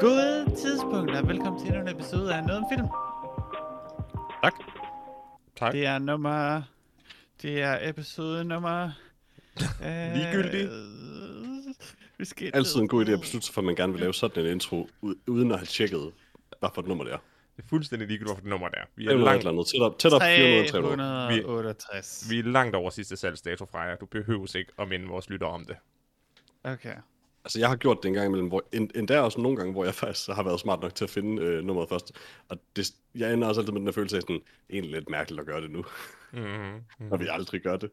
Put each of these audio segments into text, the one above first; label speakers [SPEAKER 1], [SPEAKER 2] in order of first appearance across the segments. [SPEAKER 1] God tidspunkt, og velkommen til endnu en episode af Noget om Film.
[SPEAKER 2] Tak. Tak.
[SPEAKER 1] Det er nummer... Det er episode nummer... Øh,
[SPEAKER 2] Ligegyldig.
[SPEAKER 1] Vi skal
[SPEAKER 2] Altid en god idé at beslutte sig for, at man gerne vil lave sådan en intro, u- uden at have tjekket, hvad for et nummer det er.
[SPEAKER 3] Det er fuldstændig ligegyldigt, hvorfor det nummer det er. Vi
[SPEAKER 2] Det
[SPEAKER 3] er,
[SPEAKER 2] er jo
[SPEAKER 3] langt,
[SPEAKER 2] langt andet. Tæt op, tæt op 400 end 300.
[SPEAKER 1] 368.
[SPEAKER 3] vi er langt over sidste salgsdato fra jer. Du behøver ikke at minde vores lyttere om det.
[SPEAKER 1] Okay.
[SPEAKER 2] Altså, jeg har gjort det en gang imellem, hvor, en, endda også nogle gange, hvor jeg faktisk har været smart nok til at finde øh, nummeret først. Og det, jeg ender også altid med den her følelse af, sådan, det er egentlig lidt mærkeligt at gøre det nu,
[SPEAKER 3] Mm-hmm.
[SPEAKER 2] når vi aldrig gør det.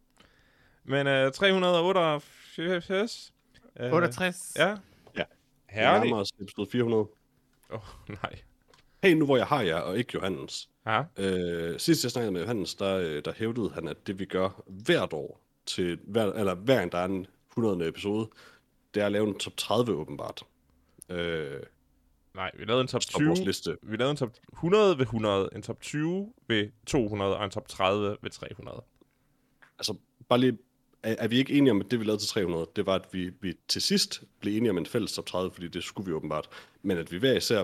[SPEAKER 3] Men øh, 388... Øh,
[SPEAKER 1] 68.
[SPEAKER 3] Ja.
[SPEAKER 2] Ja.
[SPEAKER 3] Herlig.
[SPEAKER 2] Jeg nærmer os episode 400.
[SPEAKER 3] Åh, oh, nej.
[SPEAKER 2] Hey, nu hvor jeg har jer, og ikke Johannes.
[SPEAKER 3] Ja.
[SPEAKER 2] Øh, sidst jeg snakkede med Johannes, der, øh, der hævdede han, at det vi gør hvert år, til hver, eller hver gang der er en 100. episode, det er at lave en top 30 åbenbart. Øh,
[SPEAKER 3] Nej, vi lavede en top
[SPEAKER 2] og
[SPEAKER 3] 20.
[SPEAKER 2] vores liste.
[SPEAKER 3] Vi lavede en top 100 ved 100, en top 20 ved 200 og en top 30 ved 300.
[SPEAKER 2] Altså, bare lige, er, er vi ikke enige om, at det vi lavede til 300, det var, at vi, vi til sidst blev enige om en fælles top 30, fordi det skulle vi åbenbart. Men at vi hver især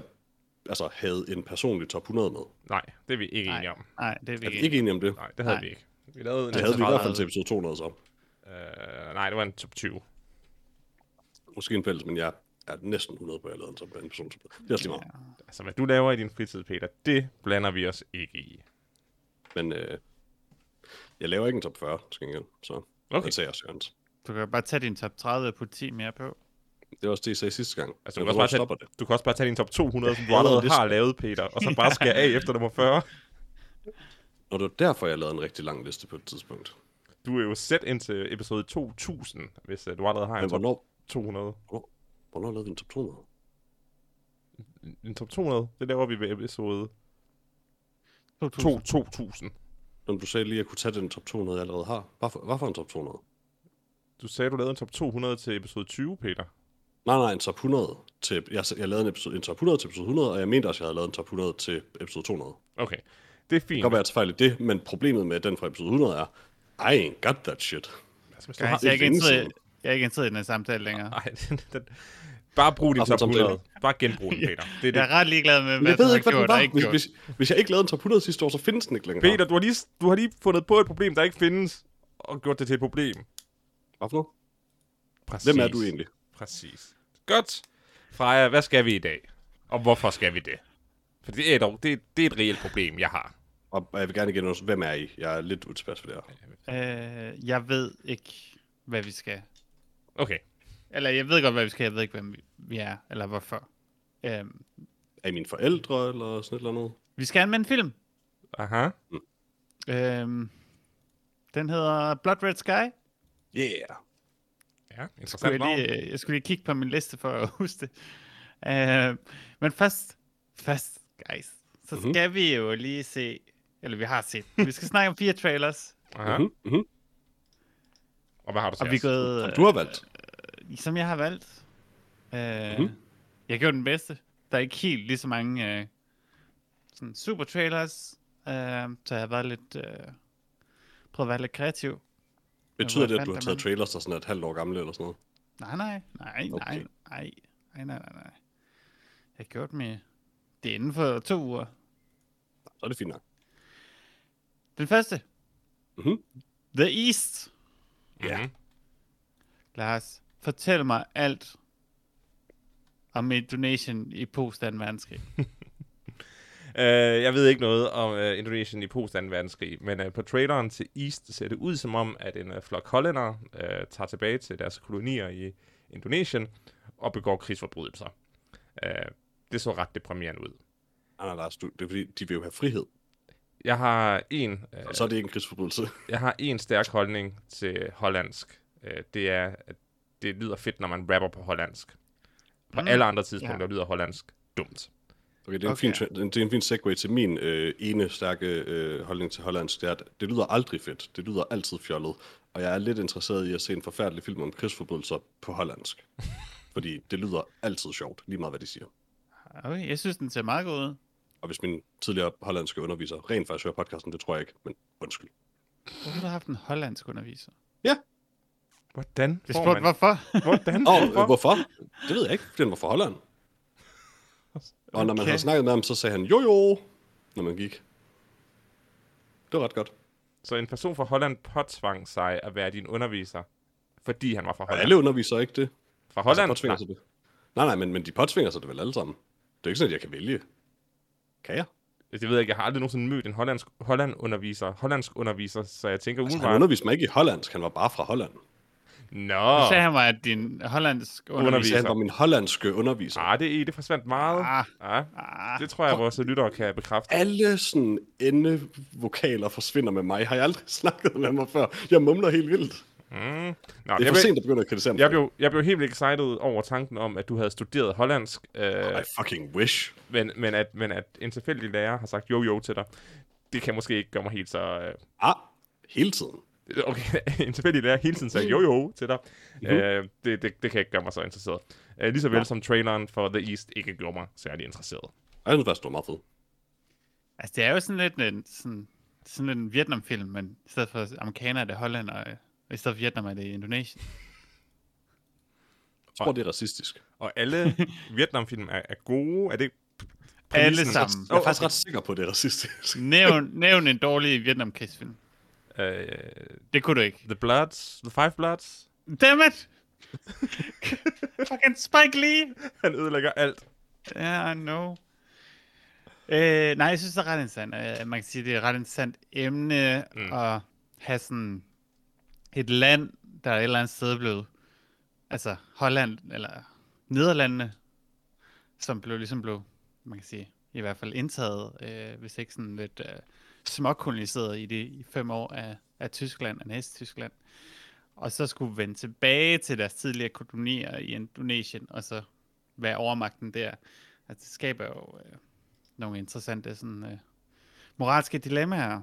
[SPEAKER 2] altså, havde en personlig top 100 med.
[SPEAKER 3] Nej, det er vi ikke
[SPEAKER 1] Nej.
[SPEAKER 3] enige om.
[SPEAKER 1] Nej, det er vi
[SPEAKER 2] Er vi
[SPEAKER 1] ikke.
[SPEAKER 2] ikke enige om det?
[SPEAKER 3] Nej, Altså, det havde
[SPEAKER 1] Nej.
[SPEAKER 3] vi ikke. Vi lavede en
[SPEAKER 2] Det havde vi i hvert fald
[SPEAKER 3] 30.
[SPEAKER 2] til episode 200 så.
[SPEAKER 3] Øh, nej, det var en top 20.
[SPEAKER 2] Måske en fælles, men jeg er næsten 100 på, at jeg lavede en, top, en personlig top 100. Det er også lige meget.
[SPEAKER 3] Altså, hvad du laver i din fritid, Peter, det blander vi os ikke i.
[SPEAKER 2] Men øh, jeg laver ikke en top 40, til gengæld. Så
[SPEAKER 3] Okay.
[SPEAKER 2] okay. det sagde jeg Sørens.
[SPEAKER 1] Du kan bare tage din top 30 og putte 10 mere på.
[SPEAKER 2] Det var også det, jeg sagde sidste gang.
[SPEAKER 3] Altså, du,
[SPEAKER 2] Men
[SPEAKER 3] kan også
[SPEAKER 2] hvornår
[SPEAKER 3] bare tage,
[SPEAKER 2] stopper det?
[SPEAKER 3] du kan også bare tage din top 200, som du
[SPEAKER 2] hader
[SPEAKER 3] allerede
[SPEAKER 2] det
[SPEAKER 3] har lavet, Peter, og så bare skære af efter nummer 40.
[SPEAKER 2] Og det var derfor, jeg lavede en rigtig lang liste på et tidspunkt.
[SPEAKER 3] Du er jo sæt ind til episode 2000, hvis uh, du allerede har
[SPEAKER 2] Men
[SPEAKER 3] en top
[SPEAKER 2] hvornår,
[SPEAKER 3] 200.
[SPEAKER 2] hvornår, hvornår lavede vi en top 200?
[SPEAKER 3] En- En top 200, det laver vi ved episode
[SPEAKER 1] 2000.
[SPEAKER 3] 2 2000.
[SPEAKER 2] Når du sagde lige, at jeg kunne tage den top 200, jeg allerede har. Hvad for, hvad for en top 200?
[SPEAKER 3] Du sagde, du lavede en top 200 til episode 20, Peter.
[SPEAKER 2] Nej, nej, en top 100. Til, jeg, jeg lavede en, episode, en top 100 til episode 100, og jeg mente også, at jeg havde lavet en top 100 til episode 200. Det
[SPEAKER 3] Okay, det er fint.
[SPEAKER 2] kan godt være, at jeg tager fejl i det, men problemet med den fra episode 100 er, I ain't got that shit.
[SPEAKER 3] Altså, hvis du
[SPEAKER 1] Jeg,
[SPEAKER 3] har...
[SPEAKER 1] jeg, er ikke
[SPEAKER 2] længe
[SPEAKER 1] interesseret-
[SPEAKER 2] siden.
[SPEAKER 1] jeg er ikke interesseret i den her samtale længere.
[SPEAKER 3] Ej, den, den... Bare brug din
[SPEAKER 2] Bare som
[SPEAKER 3] top 100.
[SPEAKER 2] samtale.
[SPEAKER 3] Bare genbrug den, Peter. Det er
[SPEAKER 1] Jeg
[SPEAKER 3] det.
[SPEAKER 1] er ret ligeglad med,
[SPEAKER 2] Men
[SPEAKER 1] hvad
[SPEAKER 2] jeg
[SPEAKER 1] du
[SPEAKER 3] altså,
[SPEAKER 2] ved
[SPEAKER 1] har
[SPEAKER 2] ikke, hvad den
[SPEAKER 1] gjort og
[SPEAKER 2] var.
[SPEAKER 1] ikke
[SPEAKER 2] Hvis,
[SPEAKER 1] gjort.
[SPEAKER 2] hvis, hvis jeg ikke lavede en top 100 sidste år, så findes den ikke længere.
[SPEAKER 3] Peter, du har, lige, du har lige fundet på et problem, der ikke findes, og gjort det til et problem.
[SPEAKER 2] Hvad for noget?
[SPEAKER 3] Præcis.
[SPEAKER 2] Hvem er du egentlig?
[SPEAKER 3] Præcis. Godt. Freja, hvad skal vi i dag? Og hvorfor skal vi det? For det er et, det, er- det er et reelt problem, jeg har.
[SPEAKER 2] Og jeg vil gerne igen også, hvem er I? Jeg er lidt utilpas for det her.
[SPEAKER 1] Øh, jeg ved ikke, hvad vi skal.
[SPEAKER 3] Okay.
[SPEAKER 1] Eller jeg ved godt, hvad vi skal. Jeg ved ikke, hvem vi- vi er, eller hvorfor. Øh,
[SPEAKER 2] Er I mine forældre, eller sådan et eller andet?
[SPEAKER 1] vi skal anmelde en film.
[SPEAKER 3] Aha.
[SPEAKER 1] Øh, den hedder Blood Red Sky.
[SPEAKER 2] Yeah.
[SPEAKER 3] Ja,
[SPEAKER 1] Skulle
[SPEAKER 3] interessant
[SPEAKER 1] jeg,
[SPEAKER 3] navn.
[SPEAKER 1] lige, øh, jeg skulle lige kigge på min liste for at huske det. Øh, men først, først, guys, så
[SPEAKER 2] Mhm.
[SPEAKER 1] skal vi jo lige se, eller vi har set, vi skal snakke om fire trailers,
[SPEAKER 3] Aha.
[SPEAKER 2] Mhm, mhm.
[SPEAKER 3] Og hvad har du til
[SPEAKER 1] og vi er
[SPEAKER 3] os?
[SPEAKER 1] gået...
[SPEAKER 2] Som du har valgt.
[SPEAKER 1] som jeg har valgt. Øh, mm.
[SPEAKER 2] Mhm.
[SPEAKER 1] Jeg gjorde den bedste. Der er ikke helt lige så mange øh, sådan super trailers, øh, så jeg har været lidt, øh, prøvet at være lidt kreativ.
[SPEAKER 2] Betyder det, at du
[SPEAKER 1] fandt
[SPEAKER 2] har
[SPEAKER 1] er
[SPEAKER 2] taget
[SPEAKER 1] man?
[SPEAKER 2] trailers, der er sådan er et halvt år gamle, eller sådan noget?
[SPEAKER 1] Nej, nej, nej, nej,
[SPEAKER 2] Okay.
[SPEAKER 1] okay. nej, nej, nej, nej, nej. Jeg har gjort med det er inden for to uger.
[SPEAKER 2] Så er det fint nok.
[SPEAKER 1] Den første,
[SPEAKER 2] Mhm.
[SPEAKER 1] The East.
[SPEAKER 3] Ja.
[SPEAKER 1] Lars, fortæl mig alt om Indonesien i post 2. verdenskrig.
[SPEAKER 3] Øh, jeg ved ikke noget om øh, Indonesien i post 2. verdenskrig, men øh, på traileren til East ser det ud som om, at en øh, flok hollænder øh, tager tilbage til deres kolonier i Indonesien og begår krigsforbrydelser. Øh, det så ret deprimerende ud.
[SPEAKER 2] Nej, nej, Lars, du, det er fordi, de vil jo have frihed.
[SPEAKER 3] Jeg har en... Øh,
[SPEAKER 2] Og så er det ikke en krigsforbrydelse.
[SPEAKER 3] jeg har en stærk holdning til hollandsk. Øh, det er, at det lyder fedt, når man rapper på hollandsk. På
[SPEAKER 1] Mm.
[SPEAKER 3] mm. alle andre tidspunkter lyder hollandsk dumt.
[SPEAKER 2] Okay, det er en,
[SPEAKER 1] Okay.
[SPEAKER 2] okay. Fin, tra- det er en fin segue til min øh, ene stærke øh, holdning til hollandsk. Det er, at det lyder aldrig fedt. Det lyder altid fjollet. Og jeg er lidt interesseret i at se en forfærdelig film om krigsforbrydelser på hollandsk. fordi det lyder altid sjovt, lige meget hvad de siger.
[SPEAKER 1] Okay, Mm. jeg synes, den ser meget god ud.
[SPEAKER 2] Og hvis min tidligere hollandske underviser rent faktisk hører podcasten, det tror jeg ikke, men undskyld.
[SPEAKER 1] Hvorfor har du haft en hollandsk underviser?
[SPEAKER 3] Hvordan
[SPEAKER 1] Jeg
[SPEAKER 3] får
[SPEAKER 1] spurgte,
[SPEAKER 3] man...
[SPEAKER 1] hvorfor?
[SPEAKER 3] Hvordan?
[SPEAKER 2] Og
[SPEAKER 3] Hvorfor?
[SPEAKER 2] øh, hvorfor? Det ved jeg ikke, fordi han var fra Holland. Og når man
[SPEAKER 1] Okay.
[SPEAKER 2] havde snakket med ham, så sagde han jo jo, når man gik. Det var ret godt.
[SPEAKER 3] Så en person fra Holland påtvang sig at være din underviser, fordi han var fra
[SPEAKER 2] Og
[SPEAKER 3] Holland.
[SPEAKER 2] alle underviser ikke det.
[SPEAKER 3] Fra
[SPEAKER 2] Altså,
[SPEAKER 3] Holland?
[SPEAKER 2] påtvinger sig det. Nej, nej, men, men de påtvinger sig det vel alle sammen. Det er ikke sådan, at jeg kan vælge. Kan jeg?
[SPEAKER 3] Nej, det ved jeg ikke. Jeg har aldrig nogensinde mødt en hollandsk, Holland underviser, hollandsk underviser, så jeg tænker "Uh,
[SPEAKER 2] Altså,
[SPEAKER 3] umiddelbart...
[SPEAKER 2] han underviste mig ikke i hollandsk, han var bare fra Holland.
[SPEAKER 1] Du
[SPEAKER 3] Nå!
[SPEAKER 1] sagde han mig, at din hollandsk
[SPEAKER 3] Underviser.
[SPEAKER 1] underviser...
[SPEAKER 2] Så han var min hollandske underviser.
[SPEAKER 3] Ah, det, det forsvandt meget.
[SPEAKER 1] Ah,
[SPEAKER 3] Ah,
[SPEAKER 1] ah,
[SPEAKER 3] det tror jeg, vores lyttere kan bekræfte.
[SPEAKER 2] Alle sådan endevokaler forsvinder med mig. Har jeg aldrig snakket med mig før? Jeg mumler helt vildt.
[SPEAKER 3] Mm. Nå,
[SPEAKER 2] Det er
[SPEAKER 3] jeg,
[SPEAKER 2] for
[SPEAKER 3] blev,
[SPEAKER 2] sent at begynde at kritisere mig.
[SPEAKER 3] jeg, blev, jeg blev helt vildt excited over tanken om, at du havde studeret hollandsk, øh,
[SPEAKER 2] I fucking wish.
[SPEAKER 3] men, men, at, men at en tilfældig lærer har sagt jo-jo til dig. Det kan måske ikke gøre mig helt så... Øh,
[SPEAKER 2] Ah, hele tiden.
[SPEAKER 3] Okay, en tilfældig lærer hele tiden sagde jo jo til dig. Øh, det, det, det kan ikke gøre mig så interesseret. Øh, lige så vel som traileren for The East ikke gjorde mig særlig interesseret.
[SPEAKER 2] Jeg synes faktisk, det var meget fedt.
[SPEAKER 1] altså, det er jo sådan lidt en, sådan, sådan lidt en Vietnamfilm, men i stedet for amerikaner er det hollænder, og i stedet for Vietnam er det Indonesien.
[SPEAKER 2] Jeg tror, det er racistisk.
[SPEAKER 3] Og alle Vietnamfilm er, er gode. Er det
[SPEAKER 1] Alle sammen.
[SPEAKER 2] Jeg er faktisk ret sikker på, at det er racistisk.
[SPEAKER 1] Nævn, nævn en dårlig Vietnamkrigsfilm.
[SPEAKER 3] Øh,
[SPEAKER 1] Det kunne du ikke.
[SPEAKER 3] the Bloods, The Five Bloods.
[SPEAKER 1] Damn it! Fucking Spike Lee!
[SPEAKER 3] Han ødelægger alt.
[SPEAKER 1] Ja, yeah, no. Øh, nej, jeg synes, det er ret interessant. Øh, man kan sige, det er et ret interessant emne mm. at have sådan et land, der er et eller andet sted blevet, altså Holland eller Nederlandene, som blev ligesom blev, man kan sige, i hvert fald indtaget, øh, hvis ikke sådan lidt øh, småkoloniseret i de i fem år af, af Tyskland og Næst-Tyskland. Og så skulle vende tilbage til deres tidligere kolonier i Indonesien, og så være overmagten der. Altså, det skaber jo øh, nogle interessante sådan, øh, moralske dilemmaer.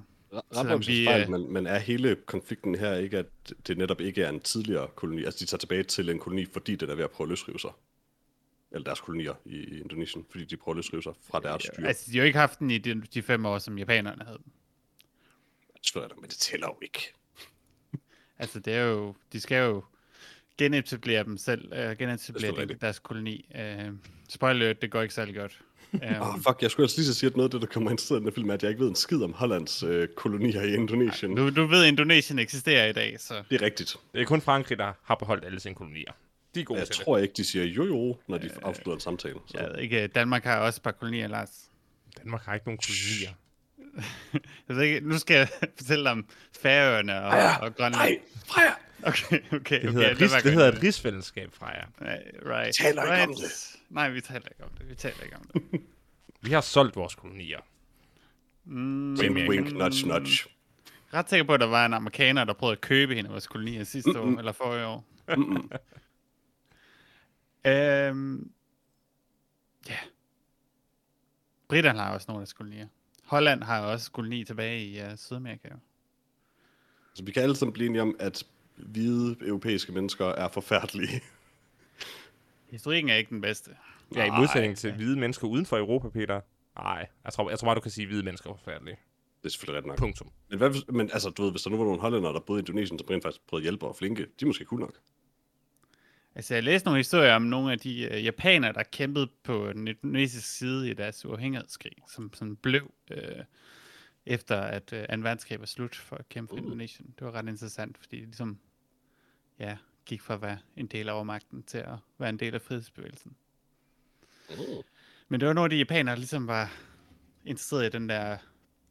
[SPEAKER 1] Selvom
[SPEAKER 2] Ret
[SPEAKER 1] vi,
[SPEAKER 2] vi, fejl,
[SPEAKER 1] øh,
[SPEAKER 2] men, men er hele konflikten her ikke, at det netop ikke er en tidligere koloni? Altså, de tager tilbage til en koloni, fordi den er ved at prøve at løsrive sig. Eller deres kolonier i i Indonesien, fordi de prøver at løsrive sig fra deres styre. Altså,
[SPEAKER 1] Altså, de har jo ikke haft den i de, de fem år, som japanerne havde. den.
[SPEAKER 2] Selvfølgelig er der- men det tæller jo ikke.
[SPEAKER 1] Altså, det er jo, de skal jo genetablere dem selv, øh,
[SPEAKER 2] Det er
[SPEAKER 1] genetablere de,
[SPEAKER 2] rigtigt.
[SPEAKER 1] deres koloni. Øh, spoiler, alert, det går ikke særlig godt.
[SPEAKER 2] Åh,
[SPEAKER 1] Um,
[SPEAKER 2] oh, fuck, jeg skulle altså lige så sige, at noget af det, der kommer interesseret i den her film, er, at jeg ikke ved en skid om Hollands øh, kolonier i Indonesien.
[SPEAKER 1] du, du ved, Indonesien eksisterer i dag, så...
[SPEAKER 2] Det er rigtigt.
[SPEAKER 3] Det er kun Frankrig, der har beholdt alle sine kolonier. De er gode
[SPEAKER 2] Jeg
[SPEAKER 3] til
[SPEAKER 2] tror ikke, de siger jo-jo, når de afslutter en samtale. Så.
[SPEAKER 1] Jeg ved ikke, øh, Danmark har også et par kolonier, Lars.
[SPEAKER 3] det. Danmark har ikke nogen kolonier.
[SPEAKER 1] Jeg ved ikke, nu skal jeg fortælle om Færøerne og, og Grønland.
[SPEAKER 2] Nej, Freja!
[SPEAKER 1] Okay, okay, okay.
[SPEAKER 3] Det hedder,
[SPEAKER 1] lad
[SPEAKER 3] et rigs,
[SPEAKER 1] være
[SPEAKER 3] det
[SPEAKER 1] at
[SPEAKER 3] hedder
[SPEAKER 1] gøre
[SPEAKER 3] et rigsfællesskab fra jer.
[SPEAKER 1] Nej, right. Vi
[SPEAKER 2] taler ikke
[SPEAKER 1] right.
[SPEAKER 2] om
[SPEAKER 1] det. Nej, vi taler ikke om det. Vi taler ikke om det.
[SPEAKER 3] Vi har solgt vores kolonier.
[SPEAKER 2] Wink, wink, nudge, nudge.
[SPEAKER 1] Mm. Ret sikker på, at der var en amerikaner, der prøvede at købe hende af vores kolonier sidste år, eller forrige år. øhm, ja. Britterne har også nogle af deres kolonier. Holland har også koloni tilbage i uh, Sydamerika. jo.
[SPEAKER 2] Så Altså, vi kan alle sammen blive enige om, at hvide europæiske mennesker er forfærdelige.
[SPEAKER 1] Historikken er ikke den bedste.
[SPEAKER 3] Ja, i modsætning til hvide mennesker uden for Europa, Peter. Nej, jeg tror, jeg tror bare, du kan sige, at hvide mennesker er forfærdelige.
[SPEAKER 2] Det er selvfølgelig ret nok.
[SPEAKER 3] Punktum.
[SPEAKER 2] Men, hvad, hvis- men altså, du ved, hvis der nu var nogle hollændere, der boede i Indonesien, som rent faktisk prøvede at hjælpe og flinke, de er måske cool nok.
[SPEAKER 1] Altså, jeg læste nogle historier om nogle af de øh, japanere, der kæmpede på den indonesiske side i deres uafhængighedskrig, som sådan blev øh, efter, at øh, 2. verdenskrig var slut for at kæmpe for
[SPEAKER 2] Uh.
[SPEAKER 1] Indonesien. Det var ret interessant, fordi de ligesom, ja, gik fra at være en del af overmagten til at være en del af frihedsbevægelsen. Men det var nogle af de japanere, der ligesom var interesseret i den der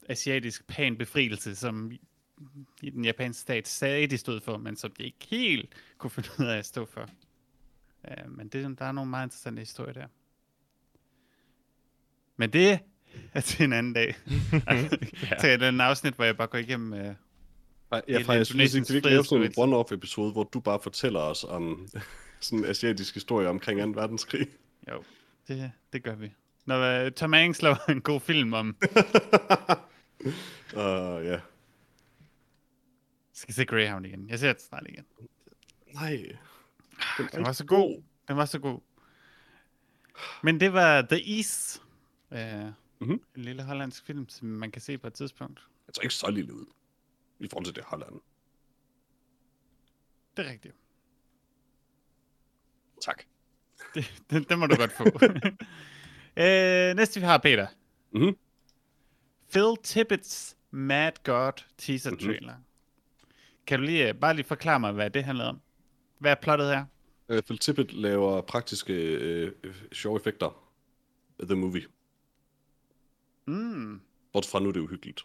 [SPEAKER 1] asiatisk pan befrielse, som i- i den japanske stat sagde, de stod for, men som de ikke helt kunne finde ud af at stå for. Uh, men det, der er nogle meget interessante historier der. Men det er til en anden dag. ja. Til et andet afsnit, hvor jeg bare går igennem... Uh,
[SPEAKER 2] Ej,
[SPEAKER 1] Det er
[SPEAKER 2] Ja, fra, jeg
[SPEAKER 1] Indonesiens
[SPEAKER 2] synes, ikke, vi ikke lave sådan en
[SPEAKER 1] frihedsbevægelse.
[SPEAKER 2] one-off episode, hvor du bare fortæller os om sådan en asiatisk historie omkring 2. verdenskrig.
[SPEAKER 1] jo, det, det gør vi. Når uh, Tom Hanks laver en god film om...
[SPEAKER 2] Og ja.
[SPEAKER 1] skal se Greyhound igen. Jeg ser det snart igen.
[SPEAKER 2] Nej.
[SPEAKER 1] Den var så god. Den var så god. Men det var The East. Øh,
[SPEAKER 2] Mhm.
[SPEAKER 1] mm-hmm. En lille hollandsk film, som man kan se på et tidspunkt.
[SPEAKER 2] Jeg tager ikke så lille ud. I forhold til det Holland.
[SPEAKER 1] Det er rigtigt.
[SPEAKER 2] Tak.
[SPEAKER 1] Det, den, den må du godt få. øh, næste vi har Peter.
[SPEAKER 2] Mhm.
[SPEAKER 1] Phil Tippets Mad God teaser
[SPEAKER 2] Mhm.
[SPEAKER 1] trailer. Kan du lige, øh, bare lige forklare mig, hvad det handler om? Hvad er plottet her?
[SPEAKER 2] Øh, Phil Tippett laver praktiske øh, øh, sjove effekter. The Movie.
[SPEAKER 1] Mm.
[SPEAKER 2] Bortset fra nu er det uhyggeligt.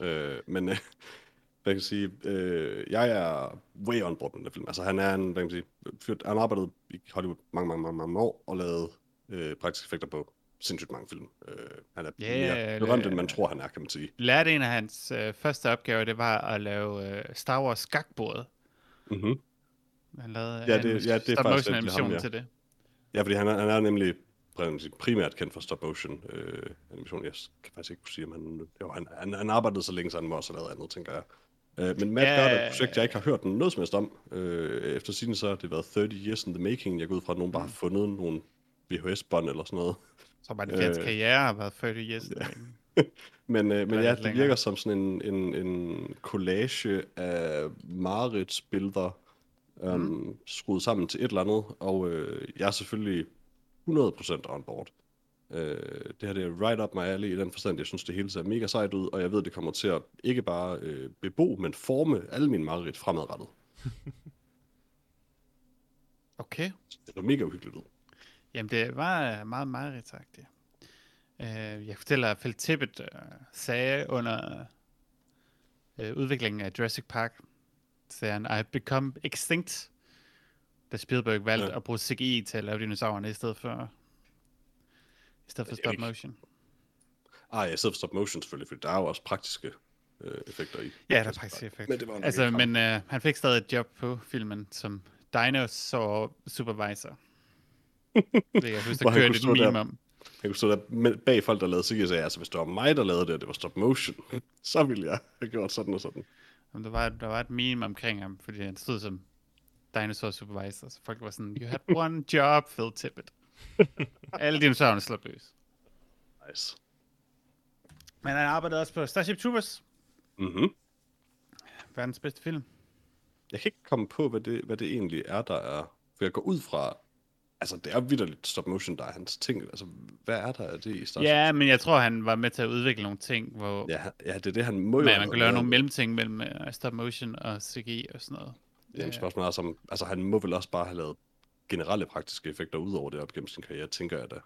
[SPEAKER 2] Øh, men øh, hvad kan jeg sige, øh, jeg er way on board med den her film. Altså han er en, hvad kan man sige, fyr, han har arbejdet i Hollywood mange, mange, mange, mange år og lavet øh, praktiske effekter på sindssygt mange film. Øh, han er
[SPEAKER 1] Ja,
[SPEAKER 2] mere berømt, end man
[SPEAKER 1] eller-
[SPEAKER 2] tror, han er, kan man sige.
[SPEAKER 1] Lærte en af hans øh, første opgaver, det var at lave øh, Star Wars skakbordet.
[SPEAKER 2] Mm-hmm.
[SPEAKER 1] Han lavede
[SPEAKER 2] Ja, det-
[SPEAKER 1] animation-
[SPEAKER 2] ja, det er
[SPEAKER 1] stop
[SPEAKER 2] faktisk
[SPEAKER 1] motion
[SPEAKER 2] rigtigt, ham,
[SPEAKER 1] animation
[SPEAKER 2] ja.
[SPEAKER 1] til det.
[SPEAKER 2] Ja, fordi han er, han er nemlig hvad kan man sige, primært kendt for stop motion øh, animation. Jeg kan faktisk ikke sige, om han, jo, han, han, han arbejdede så længe, så han må også have lavet andet, tænker jeg. Øh, men Matt
[SPEAKER 1] Ja.
[SPEAKER 2] ja, er et projekt, jeg ikke har hørt noget som helst om. Øh, efter siden så har det været 30 years in the making. Jeg går ud fra, at nogen bare har fundet nogle VHS-bånd eller sådan noget.
[SPEAKER 1] Så var det øh, hans
[SPEAKER 2] Øh.
[SPEAKER 1] karriere har været 30 years. Ja.
[SPEAKER 2] Men, øh, men
[SPEAKER 1] Eller
[SPEAKER 2] ja,
[SPEAKER 1] lidt
[SPEAKER 2] det
[SPEAKER 1] længere.
[SPEAKER 2] virker som sådan en, en, en collage af Marits billeder øhm, mm. skruet sammen til et eller andet, og øh, jeg er selvfølgelig 100% on board. Øh, det her det er right up my alley i den forstand, jeg synes, det hele ser mega sejt ud, og jeg ved, det kommer til at ikke bare øh, bebo, men forme alle mine mareridt fremadrettet.
[SPEAKER 1] Okay.
[SPEAKER 2] Det er mega uhyggeligt ud.
[SPEAKER 1] Jamen, det var øh, meget, meget rigtigt. Øh, jeg fortæller, at Phil Tippett øh, sagde under øh, udviklingen af Jurassic Park, sagde han, I become extinct, da Spielberg valgte
[SPEAKER 2] Ja.
[SPEAKER 1] ja. at bruge CGI til at lave dinosaurerne i stedet for, i stedet for
[SPEAKER 2] det er
[SPEAKER 1] stop
[SPEAKER 2] ikke-
[SPEAKER 1] motion.
[SPEAKER 2] Ah, jeg sidder for stop motion selvfølgelig, for der er jo også praktiske øh, effekter i.
[SPEAKER 1] Ja, der er praktisk effekt.
[SPEAKER 2] Men det var nok
[SPEAKER 1] altså,
[SPEAKER 2] ikke ham.
[SPEAKER 1] men øh, han fik stadig et job på filmen som dinosaur supervisor. det kan jeg husker,
[SPEAKER 2] Hvor
[SPEAKER 1] der
[SPEAKER 2] han
[SPEAKER 1] kørte
[SPEAKER 2] kunne
[SPEAKER 1] et
[SPEAKER 2] stå der-
[SPEAKER 1] meme om.
[SPEAKER 2] Jeg kunne stå der med- bag folk, der lavede sig og sagde, altså hvis det var mig, der lavede det, og det var stop motion, så ville jeg have gjort sådan og sådan.
[SPEAKER 1] Jamen, der, var, der var et meme omkring ham, fordi han stod som dinosaur supervisor, så folk var sådan, you had one job, Phil Tippett. Alle dinosaurerne slap løs.
[SPEAKER 2] Nice.
[SPEAKER 1] Men han arbejdede også på Starship Troopers,
[SPEAKER 2] Mm-hmm.
[SPEAKER 1] verdens bedste film.
[SPEAKER 2] Jeg kan ikke komme på, hvad det, hvad det egentlig er, der er. For jeg går ud fra, altså det er vidderligt stop motion, der er hans ting. Altså, hvad er der af det i starten?
[SPEAKER 1] Ja, men jeg tror, han var med til at udvikle nogle ting, hvor
[SPEAKER 2] Ja, han- ja, det er det, han må jo
[SPEAKER 1] man,
[SPEAKER 2] have
[SPEAKER 1] man kunne lave
[SPEAKER 2] lavet.
[SPEAKER 1] nogle mellemting mellem øh, stop motion og CGI og sådan noget.
[SPEAKER 2] Jamen, spørgsmålet er, som, altså han må vel også bare have lavet generelle praktiske effekter ud over det op gennem sin karriere, tænker jeg da.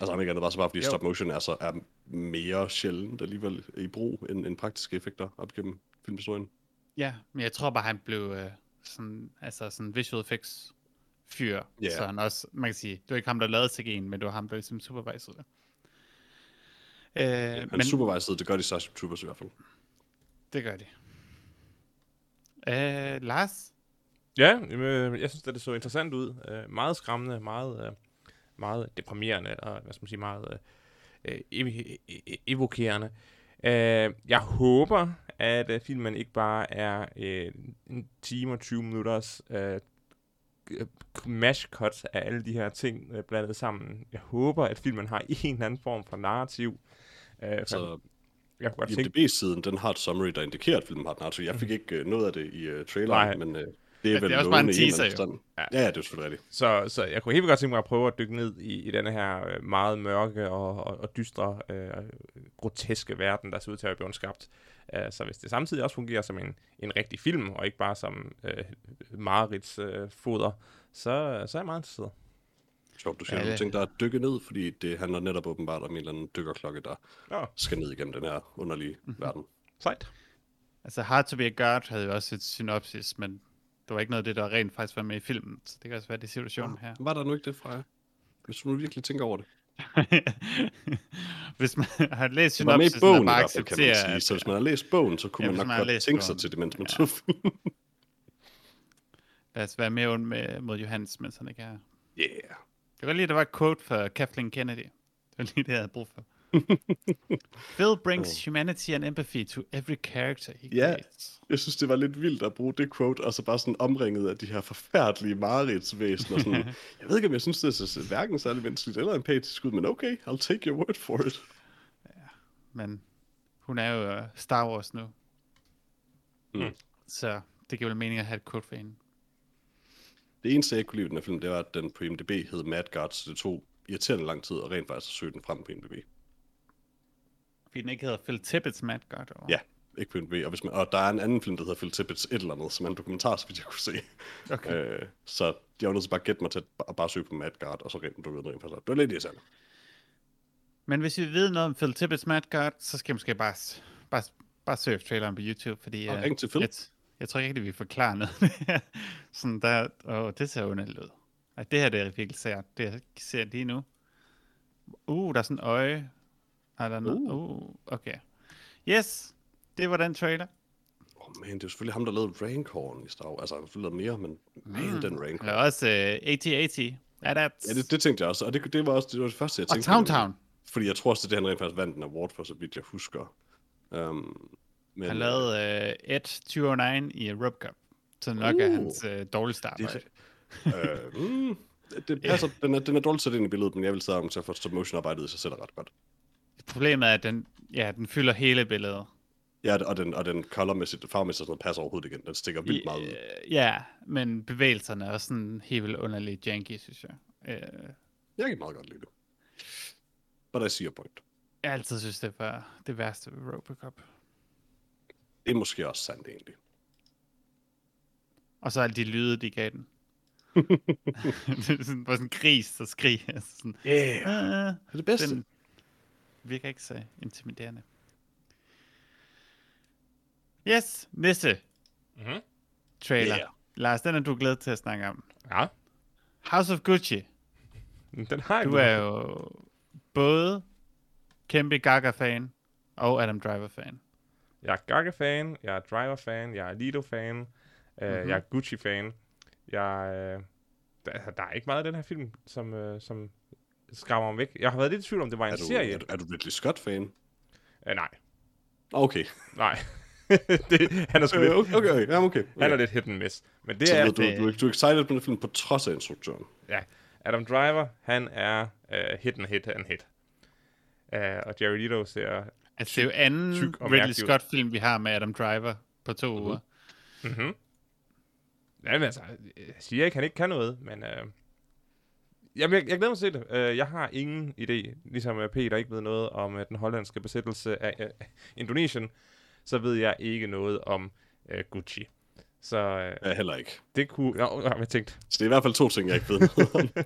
[SPEAKER 2] Altså om ikke andet bare så bare, fordi
[SPEAKER 1] Jo.
[SPEAKER 2] stop motion er, så er mere sjældent alligevel i brug end, end praktiske effekter op gennem filmhistorien.
[SPEAKER 1] Ja, men jeg tror bare, han blev øh, sådan, altså sådan visual effects fyr.
[SPEAKER 2] Ja.
[SPEAKER 1] Yeah. Så han også, man kan sige, det var ikke ham, der lavede CGI'en, men det var ham, der ligesom supervisede det. Øh,
[SPEAKER 2] Han
[SPEAKER 1] men
[SPEAKER 2] men... supervisede, det gør de Starship Troopers i hvert fald.
[SPEAKER 1] det gør de. Øh, Lars?
[SPEAKER 3] Ja, jamen, øh, jeg synes, at det så interessant ud. Øh, meget skræmmende, meget, øh, meget deprimerende, og hvad skal man sige, meget øh, øh, ev- ev- evokerende. Øh, jeg håber, at øh, filmen ikke bare er øh, en time og 20 minutters øh, mash cuts af alle de her ting øh, blandet sammen. Jeg håber, at filmen har en eller anden form for narrativ. Øh, for
[SPEAKER 2] Så
[SPEAKER 3] jeg kunne godt tænke
[SPEAKER 2] Altså, IMDb-siden, den har et summary, der indikerer, at filmen har et narrativ. Jeg fik ikke uh, noget af det i uh, traileren,
[SPEAKER 3] Nej.
[SPEAKER 2] men uh, det er vel
[SPEAKER 1] Mhm. det er også bare en
[SPEAKER 2] lovende i eller anden
[SPEAKER 1] teaser, jo.
[SPEAKER 2] forstand. Ja, ja, det er selvfølgelig rigtigt.
[SPEAKER 3] Så, så jeg kunne helt godt tænke mig at prøve at dykke ned i, i denne her øh, meget mørke og, og, og dystre, øh, groteske verden, der ser ud til at være blevet skabt. Uh, så hvis det samtidig også fungerer som en, en rigtig film, og ikke bare som øh, Marits øh, foder, så, så er jeg meget interesseret.
[SPEAKER 2] Sjovt, du siger
[SPEAKER 1] Ja,
[SPEAKER 2] ja, nogle
[SPEAKER 1] det-
[SPEAKER 2] ting, der er dykket ned, fordi det handler netop åbenbart om en eller anden dykkerklokke, der
[SPEAKER 3] Nå,
[SPEAKER 2] skal ned igennem den her underlige
[SPEAKER 1] Mhm.
[SPEAKER 2] verden.
[SPEAKER 3] sejt.
[SPEAKER 1] Altså, Hard to be a God havde jo også et synopsis, men det var ikke noget af det, der rent faktisk var med i filmen. Så det kan også være, det er situationen her.
[SPEAKER 2] Var der nu ikke det, Freja? Hvis du nu virkelig tænker over det.
[SPEAKER 1] Hvis man har læst
[SPEAKER 2] Det var med i
[SPEAKER 1] synopsisen og
[SPEAKER 2] bogen,
[SPEAKER 1] bare
[SPEAKER 2] i hvert fald, kan man
[SPEAKER 1] accepterer,
[SPEAKER 2] sige.
[SPEAKER 1] at
[SPEAKER 2] Så hvis man har læst bogen, så kunne
[SPEAKER 1] Ja,
[SPEAKER 2] man
[SPEAKER 1] hvis
[SPEAKER 2] nok
[SPEAKER 1] man har
[SPEAKER 2] godt
[SPEAKER 1] læst
[SPEAKER 2] tænke sig
[SPEAKER 1] bogen.
[SPEAKER 2] til det, mens man så filmen.
[SPEAKER 1] lad os være mere ond med, mod Johannes, mens han ikke er her.
[SPEAKER 2] Yeah.
[SPEAKER 1] Det var lige, der var et quote fra Kathleen Kennedy. Det var lige det, jeg havde brug for. Phil brings humanity and empathy to every character he
[SPEAKER 2] Oh. Ja.
[SPEAKER 1] creates.
[SPEAKER 2] Jeg synes, det var lidt vildt at bruge det quote, og så bare sådan omringet af de her forfærdelige mareridtsvæsener. Sådan, jeg ved ikke, om jeg synes, det ser hverken særlig menneskeligt eller empatisk ud, men okay, I'll take your word for it.
[SPEAKER 1] Men hun er jo øh, Star Wars nu.
[SPEAKER 2] Mm.
[SPEAKER 1] Så det giver vel mening at have et quote for hende.
[SPEAKER 2] Det eneste, jeg ikke kunne lide ved den her film, det var, at den på IMDb hed Mad Guard, så det tog irriterende lang tid at rent faktisk søge den frem på IMDb.
[SPEAKER 1] Fordi den ikke hedder Phil Tippets Mad God. Over.
[SPEAKER 2] Ja, ikke på IMDb. Og, hvis man, og der er en anden film, der hedder Phil Tippets et eller andet, som er en dokumentar, så vidt jeg kunne se.
[SPEAKER 1] Okay.
[SPEAKER 2] Øh, så jeg var nødt til bare at gætte mig til at bare søge på Mad Guard, og så rent du ved rent faktisk. Det var lidt irriterende.
[SPEAKER 1] Men hvis vi ved noget om Phil Tippets Mad God, så skal jeg måske bare, s- bare, s- bare søge traileren på YouTube, fordi
[SPEAKER 2] Og
[SPEAKER 1] øh,
[SPEAKER 2] ring til Phil.
[SPEAKER 1] Jeg, jeg tror ikke rigtig, vi forklarer noget. Sådan der, åh, det ser underligt ud. Ej, det her det er virkelig sært, det jeg ser lige nu. Uh, der er sådan et øje. Er der noget? Uh. uh, okay. Yes, det var den trailer.
[SPEAKER 2] Åh, oh, man, det er jo selvfølgelig ham, der lavede Rancorn i Star Wars. Altså, han har selvfølgelig lavet mere, men
[SPEAKER 1] Mm.
[SPEAKER 2] man, den Rancorn.
[SPEAKER 1] Der er også uh, AT-AT. Ja, that's...
[SPEAKER 2] Ja, det, det tænkte jeg også, og det, det var også det, var det første, jeg
[SPEAKER 1] Og
[SPEAKER 2] tænkte.
[SPEAKER 1] Town
[SPEAKER 2] på.
[SPEAKER 1] Town.
[SPEAKER 2] Fordi jeg tror også, det er det, han rent faktisk vandt en award for, så vidt jeg husker. Um, men,
[SPEAKER 1] Han lavede uh, Ed 2009 i Rub Cup, som nok uh, er
[SPEAKER 2] Uh.
[SPEAKER 1] hans uh, dårligste
[SPEAKER 2] Det,
[SPEAKER 1] arbejde.
[SPEAKER 2] øh, mm, det passer, den er, den er dårligt sat ind i billedet, men jeg vil sige, at for stop motion arbejdet i sig selv er ret godt.
[SPEAKER 1] Problemet er, at den, ja, den fylder hele billedet.
[SPEAKER 2] Ja, og den, og den colormæssigt, farvemæssigt og sådan noget passer overhovedet ikke. Den stikker vildt meget ud.
[SPEAKER 1] Øh, Ja, men bevægelserne er også sådan helt vildt underligt janky, synes jeg. Øh,
[SPEAKER 2] Jeg kan meget godt lide det. But I see your point.
[SPEAKER 1] Jeg har altid synes, det var det værste ved Robocop.
[SPEAKER 2] Det er måske også sandt egentlig.
[SPEAKER 1] Og så alle de lyde, de gav den. det er sådan, bare sådan en gris, der skriger. Altså sådan,
[SPEAKER 2] Yeah.
[SPEAKER 1] "Ah, ah."
[SPEAKER 2] Det er det bedste.
[SPEAKER 1] den virker ikke så intimiderende. Yes, Nisse.
[SPEAKER 3] Mhm.
[SPEAKER 1] Trailer.
[SPEAKER 2] Yeah.
[SPEAKER 1] Lars, den er du glad til at snakke om.
[SPEAKER 3] Ja,
[SPEAKER 1] House of Gucci.
[SPEAKER 3] den har jeg
[SPEAKER 1] Du er jo både kæmpe Gaga-fan og Adam Driver-fan.
[SPEAKER 3] Jeg er Gaga-fan, jeg er Driver-fan, jeg er Lido-fan, øh,
[SPEAKER 1] Mhm.
[SPEAKER 3] jeg er Gucci-fan. Jeg, øh, der, altså, der er ikke meget af den her film, som, øh, som skræmmer mig væk. Jeg har været lidt i tvivl om, det var en
[SPEAKER 2] Er du,
[SPEAKER 3] serie.
[SPEAKER 2] er, du- er du Ridley Scott-fan?
[SPEAKER 3] Øh, nej,
[SPEAKER 2] Okay.
[SPEAKER 3] nej. det, han er sgu
[SPEAKER 2] Øh,
[SPEAKER 3] lidt,
[SPEAKER 2] okay, okay, okay. Ja, okay.
[SPEAKER 3] han er
[SPEAKER 2] okay.
[SPEAKER 3] lidt hit and miss. Men det
[SPEAKER 2] Så
[SPEAKER 3] er,
[SPEAKER 2] ved du, du, er- du er excited på den film på trods af instruktøren.
[SPEAKER 3] ja, Adam Driver, han er øh, hit and hit and hit. Øh, og Jerry Lido ser...
[SPEAKER 1] Altså, det er jo anden
[SPEAKER 3] tyk og
[SPEAKER 1] Ridley
[SPEAKER 3] mærkelig ud.
[SPEAKER 1] Scott-film, vi har med Adam Driver på to mm-hmm. uger.
[SPEAKER 3] Mhm. Jamen altså, jeg siger ikke, han ikke kan noget, men... Øh, Jamen, jeg, jeg glæder mig til det. Uh, jeg har ingen idé, ligesom øh, Peter ikke ved noget om uh, den hollandske besættelse af uh, Indonesien, så ved jeg ikke noget om uh, Gucci. Så uh,
[SPEAKER 2] Ja, heller ikke.
[SPEAKER 3] det kunne... Nå, jeg har jeg tænkt.
[SPEAKER 2] Så det er i hvert fald to ting, jeg ikke ved noget om.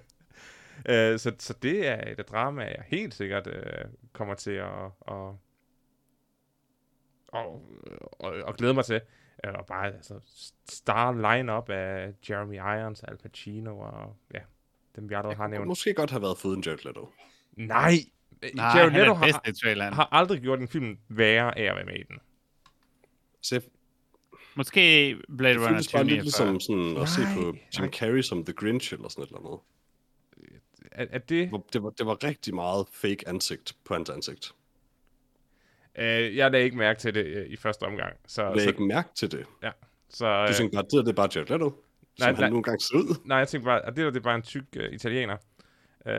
[SPEAKER 3] Uh, så, så det er et drama, jeg helt sikkert uh, kommer til at, at, at, at, at glæde mig til. Øh, Og bare altså, star line-up af Jeremy Irons, Al Pacino og ja, dem vi allerede har nævnt.
[SPEAKER 2] Måske godt have været fået en Jared Leto.
[SPEAKER 3] Nej! øh,
[SPEAKER 1] Nej,
[SPEAKER 3] Jared
[SPEAKER 1] han er
[SPEAKER 3] Leto
[SPEAKER 1] den
[SPEAKER 3] har,
[SPEAKER 1] bedste i traileren.
[SPEAKER 3] har aldrig gjort en film værre af at være med i den.
[SPEAKER 2] Så jeg
[SPEAKER 1] Måske Blade
[SPEAKER 2] det
[SPEAKER 1] Runner
[SPEAKER 2] føles bare lidt
[SPEAKER 1] 2049.
[SPEAKER 2] ligesom sådan, at se på
[SPEAKER 3] Nej,
[SPEAKER 2] Jim Carrey som The Grinch eller sådan et eller andet.
[SPEAKER 3] Er, er det...
[SPEAKER 2] Hvor det var, det var rigtig meget fake ansigt på hans ansigt.
[SPEAKER 3] Øh, jeg lagde ikke mærke til det øh, i første omgang. Så,
[SPEAKER 2] Lad
[SPEAKER 3] så,
[SPEAKER 2] ikke mærke til det.
[SPEAKER 3] ja, så,
[SPEAKER 2] Du
[SPEAKER 3] øh,
[SPEAKER 2] tænkte bare, det, der, det er bare Jared Leto, som
[SPEAKER 3] Nej,
[SPEAKER 2] han
[SPEAKER 3] nej.
[SPEAKER 2] nogle gange ser ud.
[SPEAKER 3] Nej, jeg tænkte bare, at det der, det er bare en tyk øh, italiener. Øh,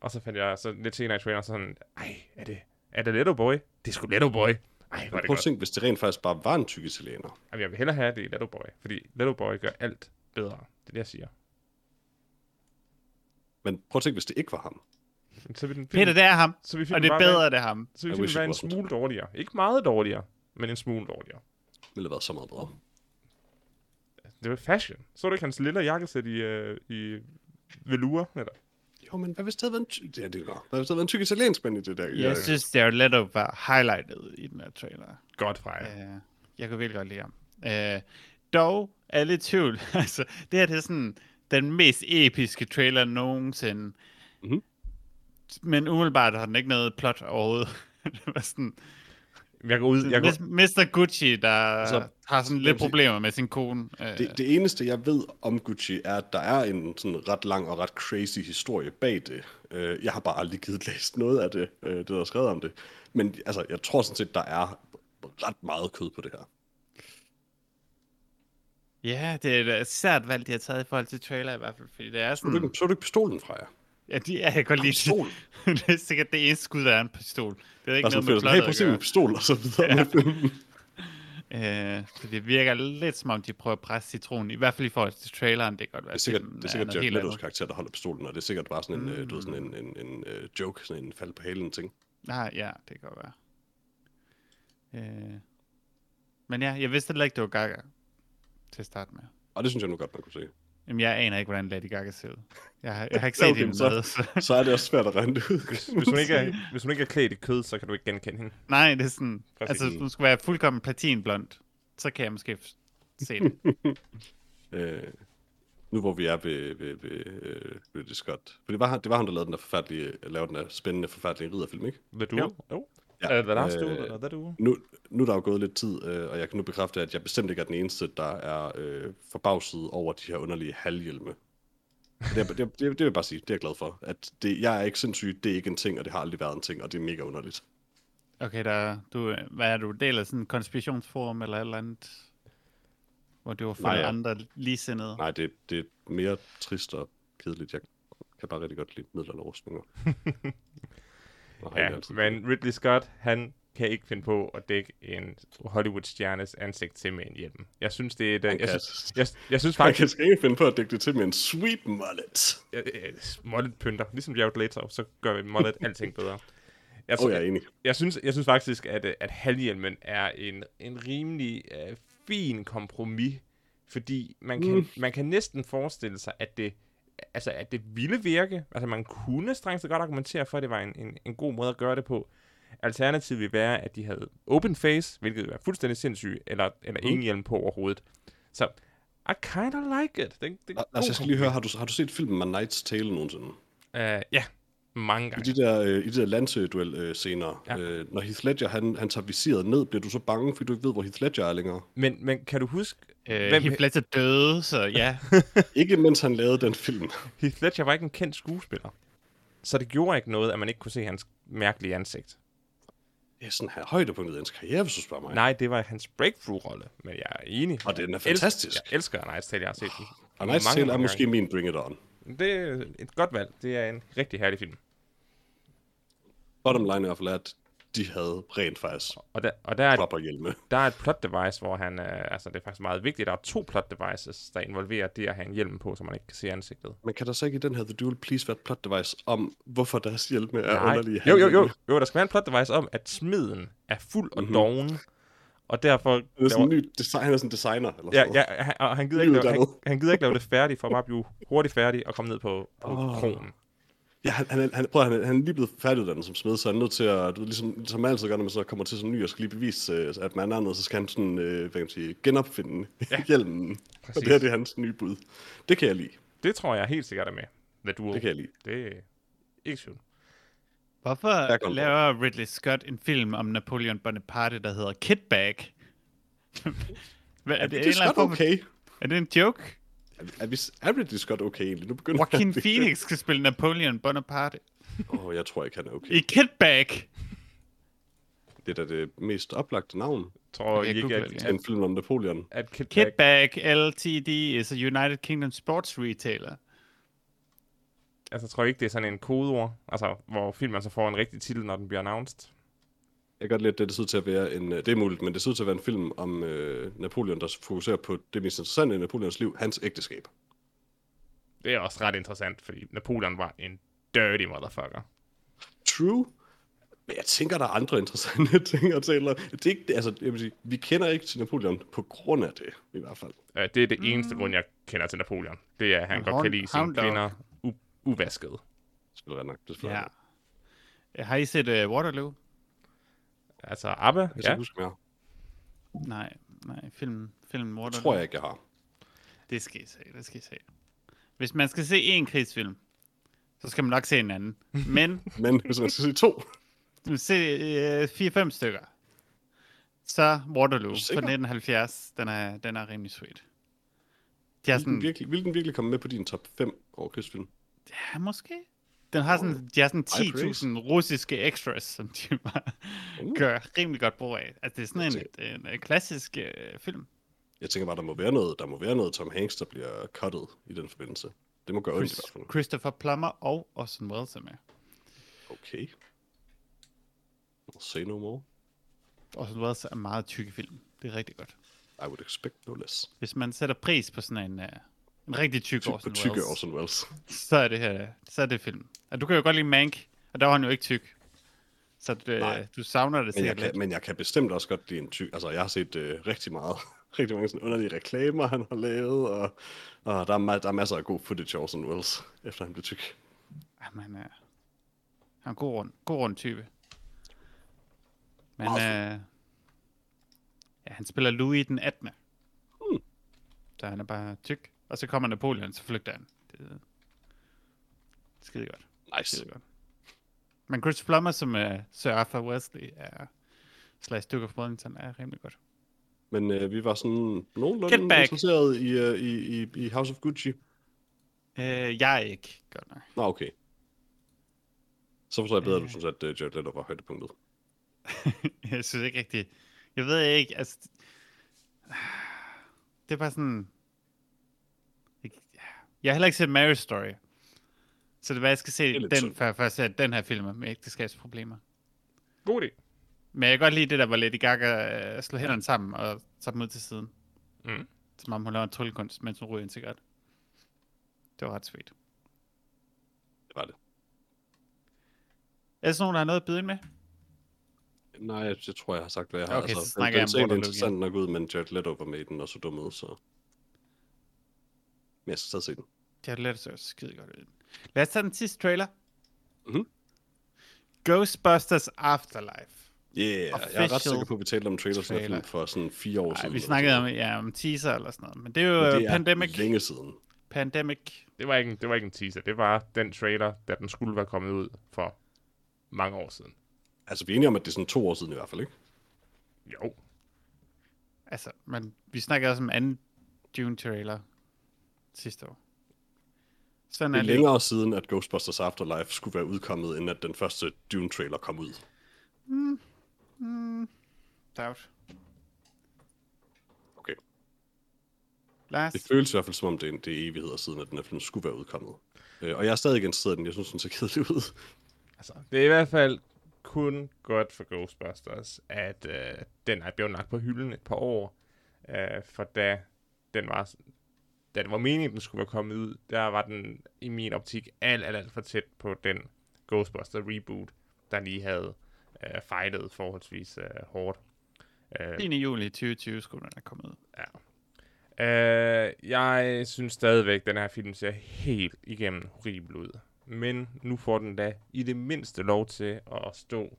[SPEAKER 3] og så fandt jeg så lidt senere i traileren sådan, ej, er det, er det Letto Boy? Det er sgu Letto Boy. Ej, hvor er det
[SPEAKER 2] Prøv at
[SPEAKER 3] godt.
[SPEAKER 2] tænke, hvis det rent faktisk bare var en tyk italiener.
[SPEAKER 3] Jamen, jeg vil hellere have at det i Letto Boy, fordi Letto Boy gør alt bedre. Det er det, jeg siger.
[SPEAKER 2] Men prøv at tænke, hvis det ikke var ham.
[SPEAKER 3] Men så vil den film,
[SPEAKER 1] Peter, det er ham,
[SPEAKER 3] så vil
[SPEAKER 1] og
[SPEAKER 3] filmen
[SPEAKER 1] det er
[SPEAKER 3] bare
[SPEAKER 1] bedre,
[SPEAKER 3] Være,
[SPEAKER 1] det er ham.
[SPEAKER 3] så vil
[SPEAKER 2] I
[SPEAKER 3] filmen
[SPEAKER 2] wish it
[SPEAKER 3] være en
[SPEAKER 2] wasn't.
[SPEAKER 3] smule dårligere. Ikke meget dårligere, men en smule dårligere.
[SPEAKER 2] Det ville have været så meget bedre.
[SPEAKER 3] Det var fashion. Så du ikke hans lille jakkesæt i, øh, i velour? Eller?
[SPEAKER 2] Jo, men hvad hvis det havde været en tyk... Ja, det er godt. Hvad hvis det havde været en tyk italiensk mand i det der?
[SPEAKER 1] Jeg synes, Jared Leto var highlightet i den her trailer.
[SPEAKER 3] Godt fra jer.
[SPEAKER 1] Ja. Jeg kunne virkelig godt lide ham. Øh, dog er lidt i tvivl. altså, det her det er sådan den mest episke trailer nogensinde.
[SPEAKER 2] Mhm.
[SPEAKER 1] Men umiddelbart har den ikke noget plot overhovedet. det var sådan,
[SPEAKER 3] Jeg går ud... Jeg går...
[SPEAKER 1] Mis- Mr. Gucci, der
[SPEAKER 2] Altså,
[SPEAKER 1] altså, har sådan
[SPEAKER 2] jeg
[SPEAKER 1] lidt
[SPEAKER 2] vil sige-
[SPEAKER 1] problemer med sin kone. Øh,
[SPEAKER 2] Det, det eneste, jeg ved om Gucci, er, at der er en sådan ret lang og ret crazy historie bag det. Øh, Jeg har bare aldrig givet læst noget af det, øh, det der er skrevet om det. Men altså, jeg tror sådan set, der er ret meget kød på det her.
[SPEAKER 1] Ja, det er et øh, sært valg, de har taget i forhold til trailer i hvert fald, fordi det er
[SPEAKER 2] Så er du
[SPEAKER 1] sådan...
[SPEAKER 2] ikke, så er du ikke pistolen fra jer.
[SPEAKER 1] Ja, de, ja, jeg kan godt lide
[SPEAKER 2] Pistol.
[SPEAKER 1] det. det er sikkert det eneste skud, der er en pistol. Det er
[SPEAKER 2] Der
[SPEAKER 1] ikke
[SPEAKER 2] er sådan
[SPEAKER 1] noget med
[SPEAKER 2] fedt, Altså, hey, prøv
[SPEAKER 1] plottet
[SPEAKER 2] at
[SPEAKER 1] at
[SPEAKER 2] se min
[SPEAKER 1] gøre.
[SPEAKER 2] pistol, og så videre. Ja.
[SPEAKER 1] Øh, så det virker lidt som om, de prøver at presse citronen, i hvert fald i forhold til traileren, det kan godt være.
[SPEAKER 2] Det er sikkert,
[SPEAKER 1] filmen
[SPEAKER 2] det er sikkert
[SPEAKER 1] noget
[SPEAKER 2] Jared
[SPEAKER 1] helt
[SPEAKER 2] Leto's
[SPEAKER 1] andet.
[SPEAKER 2] karakter, der holder pistolen, og det er sikkert bare sådan en, mm. du ved, sådan en, en, en øh, joke, sådan en fald på halen ting.
[SPEAKER 1] Ah, ja, det kan godt være. Øh. Men ja, jeg vidste heller ikke, det var Gaga til at starte med.
[SPEAKER 2] Og det synes jeg nu godt, man kunne se.
[SPEAKER 1] Jamen, jeg aner ikke, hvordan Lady Gaga ser ud. Jeg har, jeg har ikke
[SPEAKER 2] Okay,
[SPEAKER 1] set hende
[SPEAKER 2] men så-
[SPEAKER 1] med, så...
[SPEAKER 2] Så er det også svært at regne det ud.
[SPEAKER 3] Hvis hun, ikke er, hvis hun ikke er klædt i kød, så kan du ikke genkende hende.
[SPEAKER 1] Nej, det er sådan...
[SPEAKER 3] Præcis.
[SPEAKER 1] Altså, hvis hun skulle være fuldkommen platinblond, så kan jeg måske f- se det.
[SPEAKER 2] Øh, nu hvor vi er ved, ved, ved, øh, ved det Scott. For det var, det var ham, der lavede den der, forfærdelige, lavede den der spændende, forfærdelige ridderfilm, ikke?
[SPEAKER 3] The Duel?
[SPEAKER 1] Jo.
[SPEAKER 3] Jo.
[SPEAKER 2] Ja.
[SPEAKER 3] Ja. Uh, the Last Duel,
[SPEAKER 2] Øh,
[SPEAKER 3] eller The Duel?
[SPEAKER 2] Nu, nu er der jo gået lidt tid, øh, og jeg kan nu bekræfte, at jeg bestemt ikke er den eneste, der er øh, forbavset over de her underlige halvhjelme. Det, er- det, er- det, er- det vil jeg bare sige, det er jeg glad for. At det, jeg er ikke sindssyg, det er ikke en ting, og det har aldrig været en ting, og det er mega underligt.
[SPEAKER 1] Okay, der, du, øh, hvad er du? Del af sådan en konspirationsforum eller et eller andet? Hvor det var for
[SPEAKER 2] Nej, ja.
[SPEAKER 1] andre ligesindede?
[SPEAKER 2] Nej, det, det er mere trist og kedeligt. Jeg kan bare rigtig godt lide middelalderrustninger. Og har egentlig
[SPEAKER 3] Ja,
[SPEAKER 2] altid-
[SPEAKER 3] men Ridley Scott, han kan ikke finde på at dække en Hollywood-stjernes ansigt til med en hjelm. Jeg synes, det er... Den,
[SPEAKER 2] Han
[SPEAKER 3] jeg,
[SPEAKER 2] kan.
[SPEAKER 3] synes, jeg, jeg synes
[SPEAKER 2] Jeg
[SPEAKER 3] faktisk...
[SPEAKER 2] kan ikke finde på at dække det til med en sweet mullet.
[SPEAKER 3] øh, øh, Mullet pynter. Ligesom Jared Leto, så gør vi Mullet alting bedre. Jeg,
[SPEAKER 2] Åh, oh, jeg er enig.
[SPEAKER 3] jeg, synes, jeg synes faktisk, at, øh, at halvhjelmen er en, en rimelig øh, fin kompromis, fordi man kan, mm. man kan næsten forestille sig, at det, altså, at det ville virke. Altså, man kunne strengt taget godt argumentere for, at det var en, en, en god måde at gøre det på. Alternativet ville være, at de havde open face, hvilket ville være fuldstændig sindssygt, eller, eller mm. ingen hjelm på overhovedet. Så, I kinda like it. Det, det er
[SPEAKER 2] Altså, jeg skal lige høre, har du, har du set filmen med Night's Tale nogensinde?
[SPEAKER 3] Uh, ja, mange
[SPEAKER 2] I
[SPEAKER 3] gange.
[SPEAKER 2] de der, øh, i de der lanceduel-scener,
[SPEAKER 3] Ja.
[SPEAKER 2] ja. øh, når Heath Ledger han, han tager visiret ned, bliver du så bange, fordi du ikke ved, hvor Heath Ledger er længere?
[SPEAKER 3] Men, men kan du huske,
[SPEAKER 1] Øh,
[SPEAKER 3] hvem-
[SPEAKER 1] Heath Ledger døde, så ja.
[SPEAKER 2] ikke mens han lavede den film.
[SPEAKER 3] Heath Ledger var ikke en kendt skuespiller. Så det gjorde ikke noget, at man ikke kunne se hans mærkelige ansigt.
[SPEAKER 2] Det er sådan her højdepunktet i hans karriere, hvis du spørger mig.
[SPEAKER 3] Nej, det var hans breakthrough-rolle, men jeg er enig.
[SPEAKER 2] Og den er
[SPEAKER 3] Jeg elsker-
[SPEAKER 2] fantastisk.
[SPEAKER 3] Jeg elsker Nice Tale, jeg har set den.
[SPEAKER 2] Og Night's Tale er måske min Bring It On.
[SPEAKER 3] gange. Det er et godt valg. Det er en rigtig herlig film.
[SPEAKER 2] Bottom line er i hvert fald, at de havde rent faktisk
[SPEAKER 3] Og der, og der, er,
[SPEAKER 2] proper hjelme.
[SPEAKER 3] der er et plot device, hvor han... Øh, altså, det er faktisk meget vigtigt. Der er to plot devices, der involverer det at have en hjelm på, så man ikke kan se ansigtet.
[SPEAKER 2] Men kan der så ikke i den her The Duel please være et plot device om, hvorfor deres hjelme er
[SPEAKER 3] Nej.
[SPEAKER 2] underlige?
[SPEAKER 3] Jo, jo, jo.
[SPEAKER 2] halvhjelme?
[SPEAKER 3] Jo, der skal være en plot device om, at smeden er fuld og mm-hmm. doven, og derfor...
[SPEAKER 2] Mhm. Det er sådan en
[SPEAKER 3] laver-
[SPEAKER 2] ny design, han er sådan en designer. Eller
[SPEAKER 3] Ja,
[SPEAKER 2] sådan noget.
[SPEAKER 3] ja han, og han, gider ikke
[SPEAKER 2] Livet
[SPEAKER 3] lave, han,
[SPEAKER 2] dernede.
[SPEAKER 3] han gider ikke lave det færdigt, for at bare blive hurtigt færdig og komme ned på, på oh. kronen.
[SPEAKER 2] Ja, han, han, han, prøv, at- han, han er lige blevet færdiguddannet som smed, så han er nødt til at, du ved, ligesom, som man altid gør, når man så kommer til sådan en ny og skal lige bevise, øh, at man er noget, så skal han sådan, øh, hvad kan man sige, genopfinde ja. hjelmen. Præcis. Og det her det er hans nye bud. Det kan jeg lide.
[SPEAKER 3] Det tror jeg helt sikkert er med. The Duel.
[SPEAKER 2] Det kan jeg lide.
[SPEAKER 3] Det er ikke sjovt.
[SPEAKER 2] Der
[SPEAKER 1] Hvorfor
[SPEAKER 2] kom den.
[SPEAKER 1] laver Ridley Scott en film om Napoleon Bonaparte, der hedder Kidback? Hvad, er,
[SPEAKER 2] Er
[SPEAKER 1] det
[SPEAKER 2] det
[SPEAKER 1] en eller
[SPEAKER 2] Scott
[SPEAKER 1] anden form, for-
[SPEAKER 2] okay?
[SPEAKER 1] er det en joke?
[SPEAKER 2] Er, er, vi, er Ridley Scott okay egentlig? Nu begynder
[SPEAKER 1] Joaquin
[SPEAKER 2] jeg-
[SPEAKER 1] Phoenix skal spille Napoleon Bonaparte
[SPEAKER 2] Åh, oh, jeg tror ikke, han er okay.
[SPEAKER 1] i Kidback.
[SPEAKER 2] Det er da det mest oplagte navn
[SPEAKER 3] Tror
[SPEAKER 1] Okay,
[SPEAKER 3] I ikke,
[SPEAKER 1] Google
[SPEAKER 3] at,
[SPEAKER 1] det,
[SPEAKER 2] til en film om Napoleon.
[SPEAKER 3] at Kid Back-
[SPEAKER 1] Kidback LTD is a United Kingdom sports retailer.
[SPEAKER 3] altså, tror I ikke, det er sådan en kodeord, altså, hvor filmen så får en rigtig titel, når den bliver announced?
[SPEAKER 2] Jeg kan godt lide, at det ser ud til at være en... Det er muligt, men det ser ud til at være en film om øh, Napoleon, der fokuserer på det mest interessante i Napoleons liv, hans ægteskab.
[SPEAKER 3] Det er også ret interessant, fordi Napoleon var en dirty motherfucker.
[SPEAKER 2] True. Men jeg tænker, der er andre interessante ting at tale om. Det er ikke, det- altså, jeg vil sige, vi kender ikke til Napoleon på grund af det, i hvert fald.
[SPEAKER 3] Øh, det er
[SPEAKER 2] Mm.
[SPEAKER 3] det eneste grund, jeg kender til Napoleon. Det er, at han
[SPEAKER 1] En
[SPEAKER 3] godt
[SPEAKER 1] hound-
[SPEAKER 3] kan lide sine
[SPEAKER 1] hound dog.
[SPEAKER 3] kvinder u- uvaskede.
[SPEAKER 2] Det skal være nok. Det skal
[SPEAKER 1] Ja.
[SPEAKER 2] være nok.
[SPEAKER 1] Har I set uh, Waterloo?
[SPEAKER 3] Altså, ABBA,
[SPEAKER 2] Jeg
[SPEAKER 3] ja.
[SPEAKER 2] ja. huske, om jeg har.
[SPEAKER 1] Nej, nej, filmen, filmen
[SPEAKER 2] Det
[SPEAKER 1] Waterloo.
[SPEAKER 2] tror jeg ikke, jeg har.
[SPEAKER 1] Det skal I se, det skal I se. Hvis man skal se en krigsfilm, så skal man nok se en anden. Men
[SPEAKER 2] Men hvis man skal sige to,
[SPEAKER 1] se øh, 4-5 stykker. Så Waterloo fra
[SPEAKER 2] sikker?
[SPEAKER 1] 1970, den er, den er rimelig sweet. De har
[SPEAKER 2] Vil den,
[SPEAKER 1] sådan,
[SPEAKER 2] virkelig, vil den virkelig komme med på din top 5 over krigsfilm?
[SPEAKER 1] ja, måske. Den har sådan, de har sådan
[SPEAKER 2] High praise.
[SPEAKER 1] 10.000 russiske extras, som de bare
[SPEAKER 2] Uh.
[SPEAKER 1] gør rimelig godt brug af. Altså, det er sådan
[SPEAKER 2] Jeg
[SPEAKER 1] en, en, en klassisk øh, film.
[SPEAKER 2] Jeg tænker bare, der må være noget, der må være noget Tom Hanks, der bliver cuttet i den forbindelse. Det må gøre ondt i
[SPEAKER 1] Chris,
[SPEAKER 2] hvert fald.
[SPEAKER 1] Christopher Plummer og Orson Welles er med.
[SPEAKER 2] Okay. Say no more.
[SPEAKER 1] Orson Welles er meget tyk i film. Det er rigtig godt.
[SPEAKER 2] I would expect no less.
[SPEAKER 1] Hvis man sætter pris på sådan en, øh, en rigtig tyk
[SPEAKER 2] Tyk på
[SPEAKER 1] Orson
[SPEAKER 2] tykke
[SPEAKER 1] Welles,
[SPEAKER 2] Orson Welles.
[SPEAKER 1] så er det her, så er det film. Og du kan jo godt lide Mank, og der var han jo ikke tyk. Så
[SPEAKER 2] Nej.
[SPEAKER 1] det, du savner det
[SPEAKER 2] Men
[SPEAKER 1] sikkert
[SPEAKER 2] jeg,
[SPEAKER 1] lidt.
[SPEAKER 2] kan, men jeg kan bestemt også godt lide en tyk... Altså, jeg har set øh, rigtig meget. rigtig mange sådan underlige reklamer, han har lavet, og, og der, er, ma- der er masser af god footage af Orson Welles, efter han blev tyk.
[SPEAKER 1] Jamen, øh, han er en god rund, god rund type. Men øh,
[SPEAKER 2] Meget
[SPEAKER 1] ja, han spiller Louis den 18.
[SPEAKER 2] Hmm.
[SPEAKER 1] Så han er bare tyk. Og så kommer Napoleon, så flygter han. Det er skide godt.
[SPEAKER 2] Nice.
[SPEAKER 1] Skide godt. Men Chris Plummer, som er Sir Arthur Wesley, er slash Duke of Wellington, er rimelig godt.
[SPEAKER 2] Men øh, vi var sådan
[SPEAKER 1] Get
[SPEAKER 2] nogenlunde
[SPEAKER 1] back.
[SPEAKER 2] interesseret i, øh, i, i, i House of Gucci.
[SPEAKER 1] Øh, jeg er ikke godt nok.
[SPEAKER 2] Nå, okay. Så forstår jeg bedre, at
[SPEAKER 1] Øh.
[SPEAKER 2] du synes, at uh, Jared Leto var højdepunktet.
[SPEAKER 1] jeg synes ikke rigtigt. Jeg ved ikke, altså... Det er bare sådan... ikke- ja. Jeg har heller ikke set Marriage Story. Så det er, hvad jeg skal se
[SPEAKER 2] er lidt
[SPEAKER 1] den,
[SPEAKER 2] synd.
[SPEAKER 1] før jeg først ser den her film med ægteskabsproblemer.
[SPEAKER 3] God idé.
[SPEAKER 1] Men jeg kan godt lide det der, hvor Lady Gaga øh, slår hænderne sammen og tager dem ud til siden.
[SPEAKER 3] Mm.
[SPEAKER 1] Som om hun laver en tryllekunst, mens hun ryger en cigaret. Det var ret sweet.
[SPEAKER 2] Det var det.
[SPEAKER 1] Er der sådan nogen, der har noget at byde ind med?
[SPEAKER 2] Nej, jeg, jeg tror, jeg har sagt, hvad jeg har.
[SPEAKER 1] Okay, så
[SPEAKER 2] altså,
[SPEAKER 1] snakker jeg om
[SPEAKER 2] den, den ser
[SPEAKER 1] Waterloo
[SPEAKER 2] interessant nok ud, men Jared Leto var med i den, og så dum ud, så... Men jeg skal stadig se den.
[SPEAKER 1] Det har let så skide godt ud. Lad os tage den sidste trailer.
[SPEAKER 2] Mhm.
[SPEAKER 1] Ghostbusters Afterlife.
[SPEAKER 2] Yeah, jeg er ret
[SPEAKER 1] Official
[SPEAKER 2] sikker på, at vi talte om trailers trailer.
[SPEAKER 1] trailer.
[SPEAKER 2] film for sådan fire år
[SPEAKER 1] Ej,
[SPEAKER 2] siden.
[SPEAKER 1] vi
[SPEAKER 2] eller
[SPEAKER 1] snakkede
[SPEAKER 2] sådan
[SPEAKER 1] om, ja, om teaser eller sådan noget, men det er jo
[SPEAKER 2] noget. Men
[SPEAKER 1] øh, Pandemic.
[SPEAKER 2] længe siden.
[SPEAKER 1] Pandemic.
[SPEAKER 3] Det var, ikke en, det var ikke en teaser. Det var den trailer, da den skulle være kommet ud for mange år siden.
[SPEAKER 2] Altså, vi er enige om, at det er sådan to år siden i hvert fald, ikke?
[SPEAKER 3] Jo.
[SPEAKER 1] Altså, men vi snakkede også om anden Dune trailer sidste år. Sådan
[SPEAKER 2] Det
[SPEAKER 1] er
[SPEAKER 2] er
[SPEAKER 1] det.
[SPEAKER 2] længere siden, at Ghostbusters Afterlife skulle være udkommet, inden at den første Dune-trailer kom ud.
[SPEAKER 1] Doubt.
[SPEAKER 2] Okay.
[SPEAKER 1] Lars,
[SPEAKER 2] Det føles i hvert fald som om, det er, det er evigheder siden, at den her film skulle være udkommet. Øh, og jeg er stadig ikke interesseret i den. Jeg synes, den ser kedelig ud.
[SPEAKER 3] Altså, det er i hvert fald kun godt for Ghostbusters, at øh, den er blevet lagt på hylden et par år. Øh, for da den var, da det var meningen, den skulle være kommet ud, der var den i min optik alt, alt, alt for tæt på den Ghostbuster reboot, der lige havde øh, fightet forholdsvis øh, hårdt. Øh,
[SPEAKER 1] 10. juli 2020 skulle den er kommet ud.
[SPEAKER 3] Øh, jeg synes stadigvæk, den her film ser helt igennem horribel ud. Men nu får den da i det mindste lov til at stå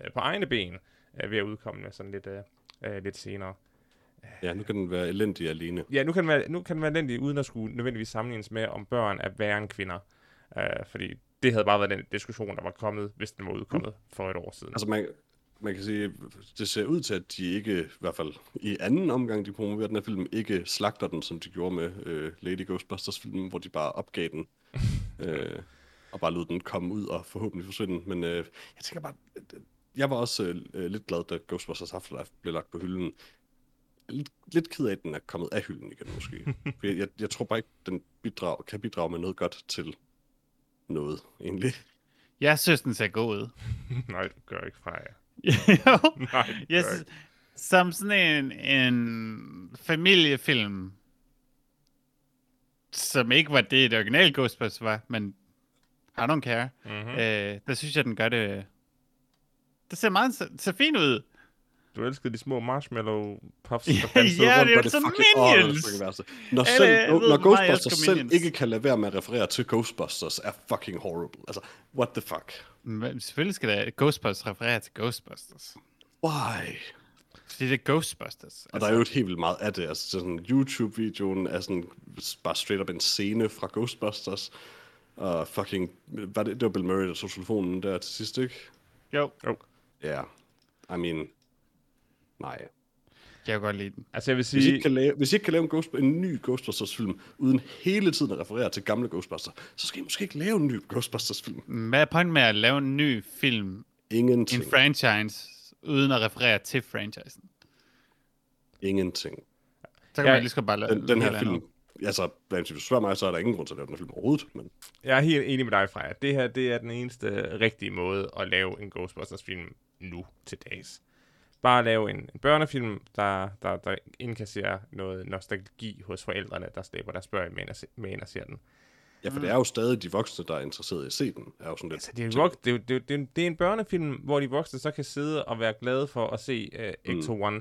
[SPEAKER 3] øh, på egne ben øh, ved at udkomme med sådan lidt, øh, øh, lidt senere.
[SPEAKER 2] Ja, nu kan den være elendig alene.
[SPEAKER 3] Ja, nu kan den være, nu kan den være elendig, uden at skulle nødvendigvis sammenlignes med, om børn er værre end kvinder. Øh, fordi det havde bare været den diskussion, der var kommet, hvis den var udkommet for et år siden.
[SPEAKER 2] Altså, man, man kan sige, det ser ud til, at de ikke, i hvert fald i anden omgang, de promoverer den her film, ikke slagter den, som de gjorde med øh, Lady Ghostbusters-filmen, hvor de bare opgav den. øh, og bare lod den komme ud og forhåbentlig forsvinde. Men øh, jeg tænker bare, øh, jeg var også øh, øh, lidt glad, da Ghostbusters Afterlife blev lagt på hylden. Lidt, lidt ked af, at den er kommet af hylden igen, måske. For jeg, jeg, jeg tror bare ikke, den bidrag, kan bidrage med noget godt til noget, egentlig.
[SPEAKER 1] Jeg synes, den ser god ud.
[SPEAKER 3] Nej, du gør ikke fra jer.
[SPEAKER 1] jo.
[SPEAKER 3] Nej, du
[SPEAKER 1] Jeg
[SPEAKER 3] gør
[SPEAKER 1] synes,
[SPEAKER 3] ikke.
[SPEAKER 1] som sådan en, en familiefilm, som ikke var det, det originale Ghostbusters var, men I don't care. Mm-hmm.
[SPEAKER 3] Mhm.
[SPEAKER 1] Øh, der synes jeg, den gør det... Det ser meget ser, ser fint ud.
[SPEAKER 3] Du elskede de små marshmallow puffs,
[SPEAKER 1] Ja,
[SPEAKER 3] der dansede
[SPEAKER 1] ja,
[SPEAKER 3] rundt
[SPEAKER 1] det er
[SPEAKER 2] Og
[SPEAKER 1] så
[SPEAKER 2] fucking- åh, det er det
[SPEAKER 1] Minions!
[SPEAKER 2] fucking værste. Når,
[SPEAKER 1] Alle
[SPEAKER 2] selv,
[SPEAKER 1] ved,
[SPEAKER 2] når,
[SPEAKER 1] hvor
[SPEAKER 2] når
[SPEAKER 1] meget jeg
[SPEAKER 2] Ghostbusters
[SPEAKER 1] elsker
[SPEAKER 2] selv
[SPEAKER 1] Minions.
[SPEAKER 2] ikke kan lade være med at referere til Ghostbusters, er fucking horrible. Altså, what the fuck?
[SPEAKER 1] Men selvfølgelig skal der Ghostbusters referere til Ghostbusters.
[SPEAKER 2] Why?
[SPEAKER 1] Fordi det er Ghostbusters.
[SPEAKER 2] Og der er jo et helt vildt meget af det. Altså, sådan YouTube-videoen er sådan bare straight up en scene fra Ghostbusters. Og fucking... Var det, det var Bill Murray, der tog telefonen der til sidst, ikke?
[SPEAKER 1] Jo,
[SPEAKER 3] Jo.
[SPEAKER 2] Ja. Yeah. I mean... Nej.
[SPEAKER 1] Jeg kan godt lide den.
[SPEAKER 3] Altså jeg vil
[SPEAKER 2] Hvis I, ikke
[SPEAKER 3] sige,
[SPEAKER 2] kan lave, hvis I ikke kan lave en, Ghost, en ny Ghostbusters-film, uden hele tiden at referere til gamle Ghostbusters, så skal I måske ikke lave en ny Ghostbusters-film.
[SPEAKER 1] Hvad er pointen med at lave en ny film, en
[SPEAKER 2] Ingenting.
[SPEAKER 1] franchise, uden at referere til franchisen?
[SPEAKER 2] Ingenting.
[SPEAKER 1] Så kan
[SPEAKER 3] Ja,
[SPEAKER 1] man lige så godt bare lave
[SPEAKER 2] Den, den
[SPEAKER 1] noget
[SPEAKER 2] her
[SPEAKER 1] helt andet.
[SPEAKER 2] film, altså, hvis du spørger mig, så er der ingen grund til at lave den her film overhovedet, men
[SPEAKER 3] jeg er helt enig med dig, Freja. Det her, det er den eneste rigtige måde at lave en Ghostbusters-film nu til dags. Bare lave en, en børnefilm, der, der, der indkasserer noget nostalgi hos forældrene, der slæber deres børn med ind og se, med ind og ser den.
[SPEAKER 2] ja, for det er jo stadig de voksne, der er interesseret i at se den. Er jo sådan lidt,
[SPEAKER 3] Mm. Altså, det er, en vok- det, er, jo- det, er, jo- det, er, en- det er en børnefilm, hvor de voksne så kan sidde og være glade for at se uh, Ecto One.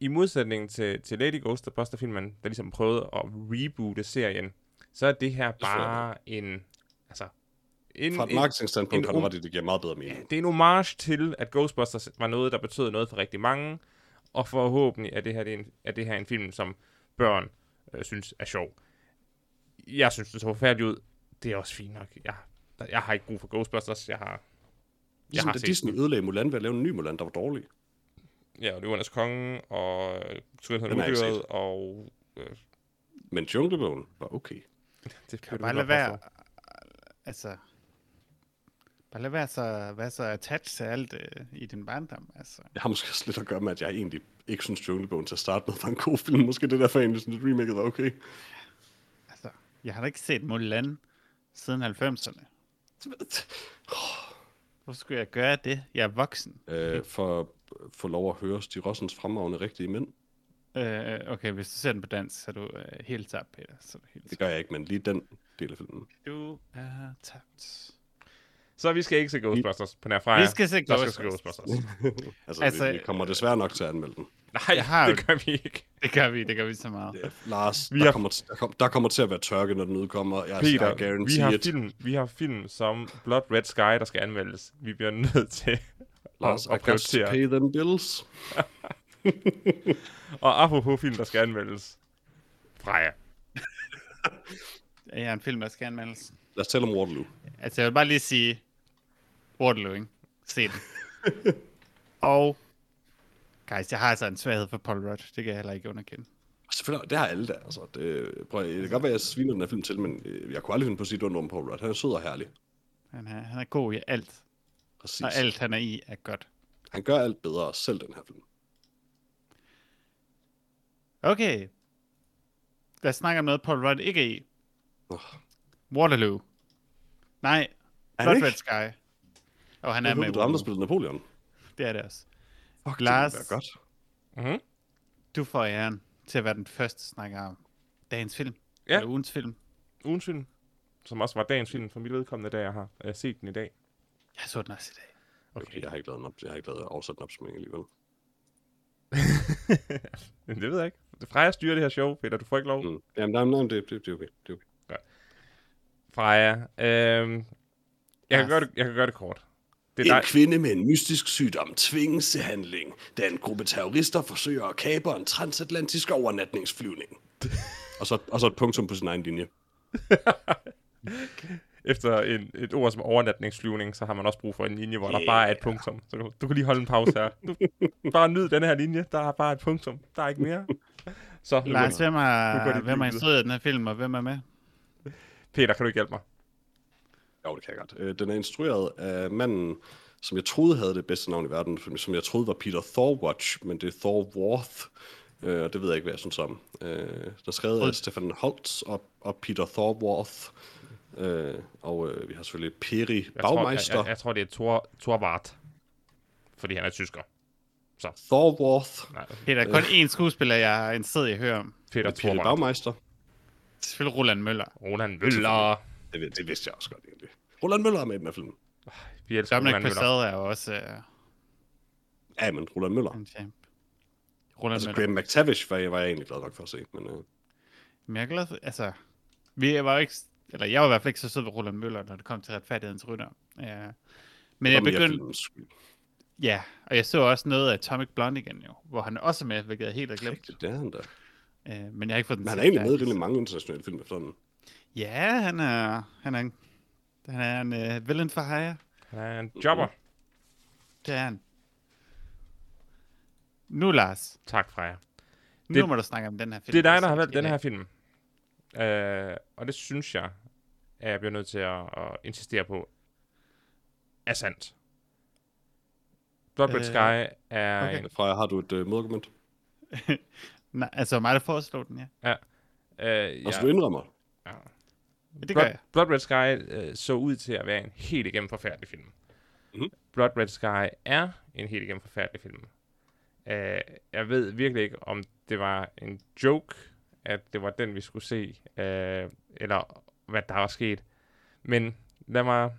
[SPEAKER 3] I modsætning til, til Lady Ghostbuster-filmen, der ligesom prøvede at reboote serien, så er det her bare en... Altså, en,
[SPEAKER 2] fra et
[SPEAKER 3] en, en
[SPEAKER 2] marketingstandpunkt har du
[SPEAKER 3] ung-
[SPEAKER 2] ret i, det giver meget bedre mening.
[SPEAKER 3] det er en homage til, at Ghostbusters var noget, der betød noget for rigtig mange, og forhåbentlig er det her, det er en, er det her en film, som børn øh, synes er sjov. Jeg synes, det så forfærdeligt ud. Det er også fint nok. Jeg, jeg har ikke brug for Ghostbusters. Jeg har... Jeg
[SPEAKER 2] Ligesom
[SPEAKER 3] har
[SPEAKER 2] da
[SPEAKER 3] set
[SPEAKER 2] Disney
[SPEAKER 3] den.
[SPEAKER 2] ødelagde Mulan ved at lave en ny Mulan, der var dårlig.
[SPEAKER 3] Ja, og Løvernes Konge, og øh, Skønheden
[SPEAKER 2] Den har jeg ikke
[SPEAKER 3] Uddyret, og... Øh,
[SPEAKER 2] Men Junglebogen var okay.
[SPEAKER 3] det
[SPEAKER 1] Kan bare lade være, altså, bare lade være så, være så attached til alt øh, i din barndom, altså.
[SPEAKER 2] Det har måske også lidt at gøre med, at jeg egentlig ikke synes, Junglebogen til at starte med var en god film. Måske det er derfor, jeg egentlig synes, at remaket var okay.
[SPEAKER 1] altså. Jeg har da ikke set Mulan siden 90'erne. Hvorfor skulle jeg gøre det? Jeg er voksen.
[SPEAKER 2] Øh, for at få lov at høre Stig Rossens fremragende rigtige mænd.
[SPEAKER 1] Øh, okay, hvis du ser den på dansk, så er du øh, helt tabt, Peter. Så er du helt
[SPEAKER 2] Det
[SPEAKER 1] tabt.
[SPEAKER 2] gør jeg ikke, men lige den del af filmen.
[SPEAKER 1] Du er tabt.
[SPEAKER 3] Så vi skal ikke se Ghostbusters på nær fra
[SPEAKER 1] Vi skal se
[SPEAKER 3] Ghostbusters. Skal se
[SPEAKER 1] Ghostbusters.
[SPEAKER 3] Ghostbusters.
[SPEAKER 2] Altså, altså
[SPEAKER 1] Altså,
[SPEAKER 2] vi, vi kommer desværre nok til at anmelde den.
[SPEAKER 3] Nej,
[SPEAKER 1] Jeg har jo-
[SPEAKER 3] det gør vi ikke.
[SPEAKER 1] Det gør vi, det gør vi så meget.
[SPEAKER 2] Øh, Lars,
[SPEAKER 3] Vi
[SPEAKER 2] der,
[SPEAKER 3] har-
[SPEAKER 2] kommer, til- der, kom, der kommer til at være tørke, når den udkommer. Jeg,
[SPEAKER 3] Peter,
[SPEAKER 2] jeg guarantee
[SPEAKER 3] vi har,
[SPEAKER 2] it.
[SPEAKER 3] film, vi har film som Blood Red Sky, der skal anmeldes. Vi bliver nødt til
[SPEAKER 2] Lars,
[SPEAKER 3] at,
[SPEAKER 2] I
[SPEAKER 3] at
[SPEAKER 2] got to
[SPEAKER 3] prioritere.
[SPEAKER 2] pay them bills.
[SPEAKER 3] Og apropos film, der skal anmeldes. Freja.
[SPEAKER 1] Jeg er en film, der skal anmeldes.
[SPEAKER 2] Lad os tale om Waterloo.
[SPEAKER 1] Altså, jeg vil bare lige sige, Waterloo, ikke? Se den. Og, guys, jeg har altså en svaghed for Paul Rudd. Det kan jeg heller ikke underkende.
[SPEAKER 2] Selvfølgelig, det har alle der. Altså, det, prøv, det kan godt være, at jeg sviner den her film til, men øh, jeg kunne aldrig finde på at sige, at det var noget om Paul Rudd. Han er sød og herlig.
[SPEAKER 1] Han er, han er god i alt,
[SPEAKER 2] Præcis.
[SPEAKER 1] og alt han er i er godt.
[SPEAKER 2] Han gør alt bedre selv, den her film.
[SPEAKER 1] Okay. Lad os snakke om noget, Paul Rudd ikke er i.
[SPEAKER 2] Oh,
[SPEAKER 1] Waterloo. Nej,
[SPEAKER 2] han
[SPEAKER 1] Blood
[SPEAKER 2] ikke?
[SPEAKER 1] Red Sky. Og han
[SPEAKER 2] han
[SPEAKER 1] er
[SPEAKER 2] er
[SPEAKER 1] med i
[SPEAKER 2] med ham, der
[SPEAKER 1] Waterloo.
[SPEAKER 2] spillede Napoleon.
[SPEAKER 1] Det er det også.
[SPEAKER 2] Fuck,
[SPEAKER 1] Lars.
[SPEAKER 2] det ville være godt.
[SPEAKER 3] Mm-hmm.
[SPEAKER 1] Du får æren til at være den første snakker om dagens film.
[SPEAKER 3] Ja.
[SPEAKER 1] Eller ugens film.
[SPEAKER 3] Ugens film, som også var dagens film for mit vedkommende, da jeg har øh, set den i dag.
[SPEAKER 1] Jeg så den også i dag.
[SPEAKER 2] Okay, jeg har ikke lavet en op, jeg har ikke lavet afsat en opsummering alligevel.
[SPEAKER 3] Men det ved jeg ikke. Freja styrer det her show, Peter. Du får ikke lov.
[SPEAKER 2] Mm. Jamen, nej, nej, det, det, det, er okay. det er okay.
[SPEAKER 3] Freja. Øhm, jeg, kan
[SPEAKER 1] Lars.
[SPEAKER 3] gøre det, jeg kan gøre det kort. Det
[SPEAKER 2] En
[SPEAKER 3] er dig.
[SPEAKER 2] kvinde med en mystisk sygdom tvinges til handling, da en gruppe terrorister forsøger at kapre en transatlantisk overnatningsflyvning. og, så, og så et punktum på sin egen linje.
[SPEAKER 3] Efter en, et ord som overnatningsflyvning, så har man også brug for en linje, hvor der bare er et punktum. Så du, du kan lige holde en pause her. Du, bare nyd den her linje. Der er bare et punktum. Der er ikke mere. Så,
[SPEAKER 1] Lars, hvem
[SPEAKER 3] Nu går
[SPEAKER 1] har,
[SPEAKER 3] det
[SPEAKER 1] hvem har
[SPEAKER 3] dybt.
[SPEAKER 1] instrueret den her film, og hvem er med?
[SPEAKER 3] Peter, kan du ikke hjælpe mig?
[SPEAKER 2] Jo, det kan jeg godt. Øh, Den er instrueret af manden, som jeg troede havde det bedste navn i verden, som- som jeg troede var Peter Thorwatch, men det er Thor Worth, øh, og det ved jeg ikke, hvad jeg synes om. Øh, Den er skrevet af Stefan Holtz og, og Peter Thorworth, øh, og øh, vi har selvfølgelig Peri
[SPEAKER 3] Jeg tror, jeg,
[SPEAKER 2] Baumeister,
[SPEAKER 3] jeg, jeg tror, det er Thor, Thorvart. Fordi han er tysker.
[SPEAKER 2] Thorworth,
[SPEAKER 3] Nej,
[SPEAKER 1] Peter, kun
[SPEAKER 2] Øh.
[SPEAKER 1] én skuespiller, jeg er interesseret i at høre om.
[SPEAKER 3] Peter
[SPEAKER 2] Peri
[SPEAKER 3] Thorvart.
[SPEAKER 2] Baumeister.
[SPEAKER 1] Selvfølgelig Roland Møller.
[SPEAKER 3] Roland Møller.
[SPEAKER 2] Det, ved- det vidste jeg også godt egentlig. Roland Møller er med i den her film.
[SPEAKER 3] Vi elsker
[SPEAKER 1] Dominic
[SPEAKER 3] Roland Møller.
[SPEAKER 1] Crusade er jo også uh,
[SPEAKER 2] Ja, men Roland Møller.
[SPEAKER 1] en champ. Roland
[SPEAKER 2] Altså,
[SPEAKER 1] Møller.
[SPEAKER 2] Graham McTavish var jeg, var jeg egentlig glad nok for at se, men øh,
[SPEAKER 1] Men jeg er glad for, altså, vi var jo ikke, eller jeg var i hvert fald ikke så sød ved Roland Møller, når det kom til retfærdighedens rytter. Uh, men jeg
[SPEAKER 2] det var mere
[SPEAKER 1] begyndte,
[SPEAKER 2] filmens skyld.
[SPEAKER 1] ja, og jeg så også noget af Atomic Blonde igen jo, hvor han også er med, hvilket jeg helt har glemt.
[SPEAKER 2] Rigtigt, det er han da.
[SPEAKER 1] Uh, men jeg har ikke fået den
[SPEAKER 2] Men han er
[SPEAKER 1] set
[SPEAKER 2] egentlig med i
[SPEAKER 1] færdig.
[SPEAKER 2] rigtig mange internationale film efterhånden.
[SPEAKER 1] Ja, han er, han er en, han er en uh, villain for hire.
[SPEAKER 3] Han er en jobber.
[SPEAKER 1] Det er han. Nu, Lars.
[SPEAKER 3] Tak, Freja.
[SPEAKER 1] Nu
[SPEAKER 3] Det-
[SPEAKER 1] må du snakke om den her film.
[SPEAKER 3] Det er dig, der
[SPEAKER 1] så
[SPEAKER 3] har
[SPEAKER 1] vi
[SPEAKER 3] valgt
[SPEAKER 1] skal
[SPEAKER 3] den
[SPEAKER 1] have-
[SPEAKER 3] her film. Øh, og det synes jeg, at jeg bliver nødt til at, at insistere på, er sandt. Blood Red
[SPEAKER 1] Øh,
[SPEAKER 3] Sky er
[SPEAKER 1] okay.
[SPEAKER 3] en
[SPEAKER 2] Freja, har du et øh, modargument?
[SPEAKER 1] Nej, altså mig, der foreslår den, ja.
[SPEAKER 3] Øh,
[SPEAKER 2] Altså,
[SPEAKER 3] ja.
[SPEAKER 2] du indrømmer.
[SPEAKER 3] ja.
[SPEAKER 1] Det gør
[SPEAKER 3] Blood,
[SPEAKER 1] jeg.
[SPEAKER 3] Blood Red Sky øh, så ud til at være en helt igennem forfærdelig film.
[SPEAKER 2] Mhm.
[SPEAKER 3] Blood Red Sky er en helt igennem forfærdelig film. Øh, jeg ved virkelig ikke, om det var en joke, at det var den, vi skulle se, øh, eller hvad der var sket. Men lad mig...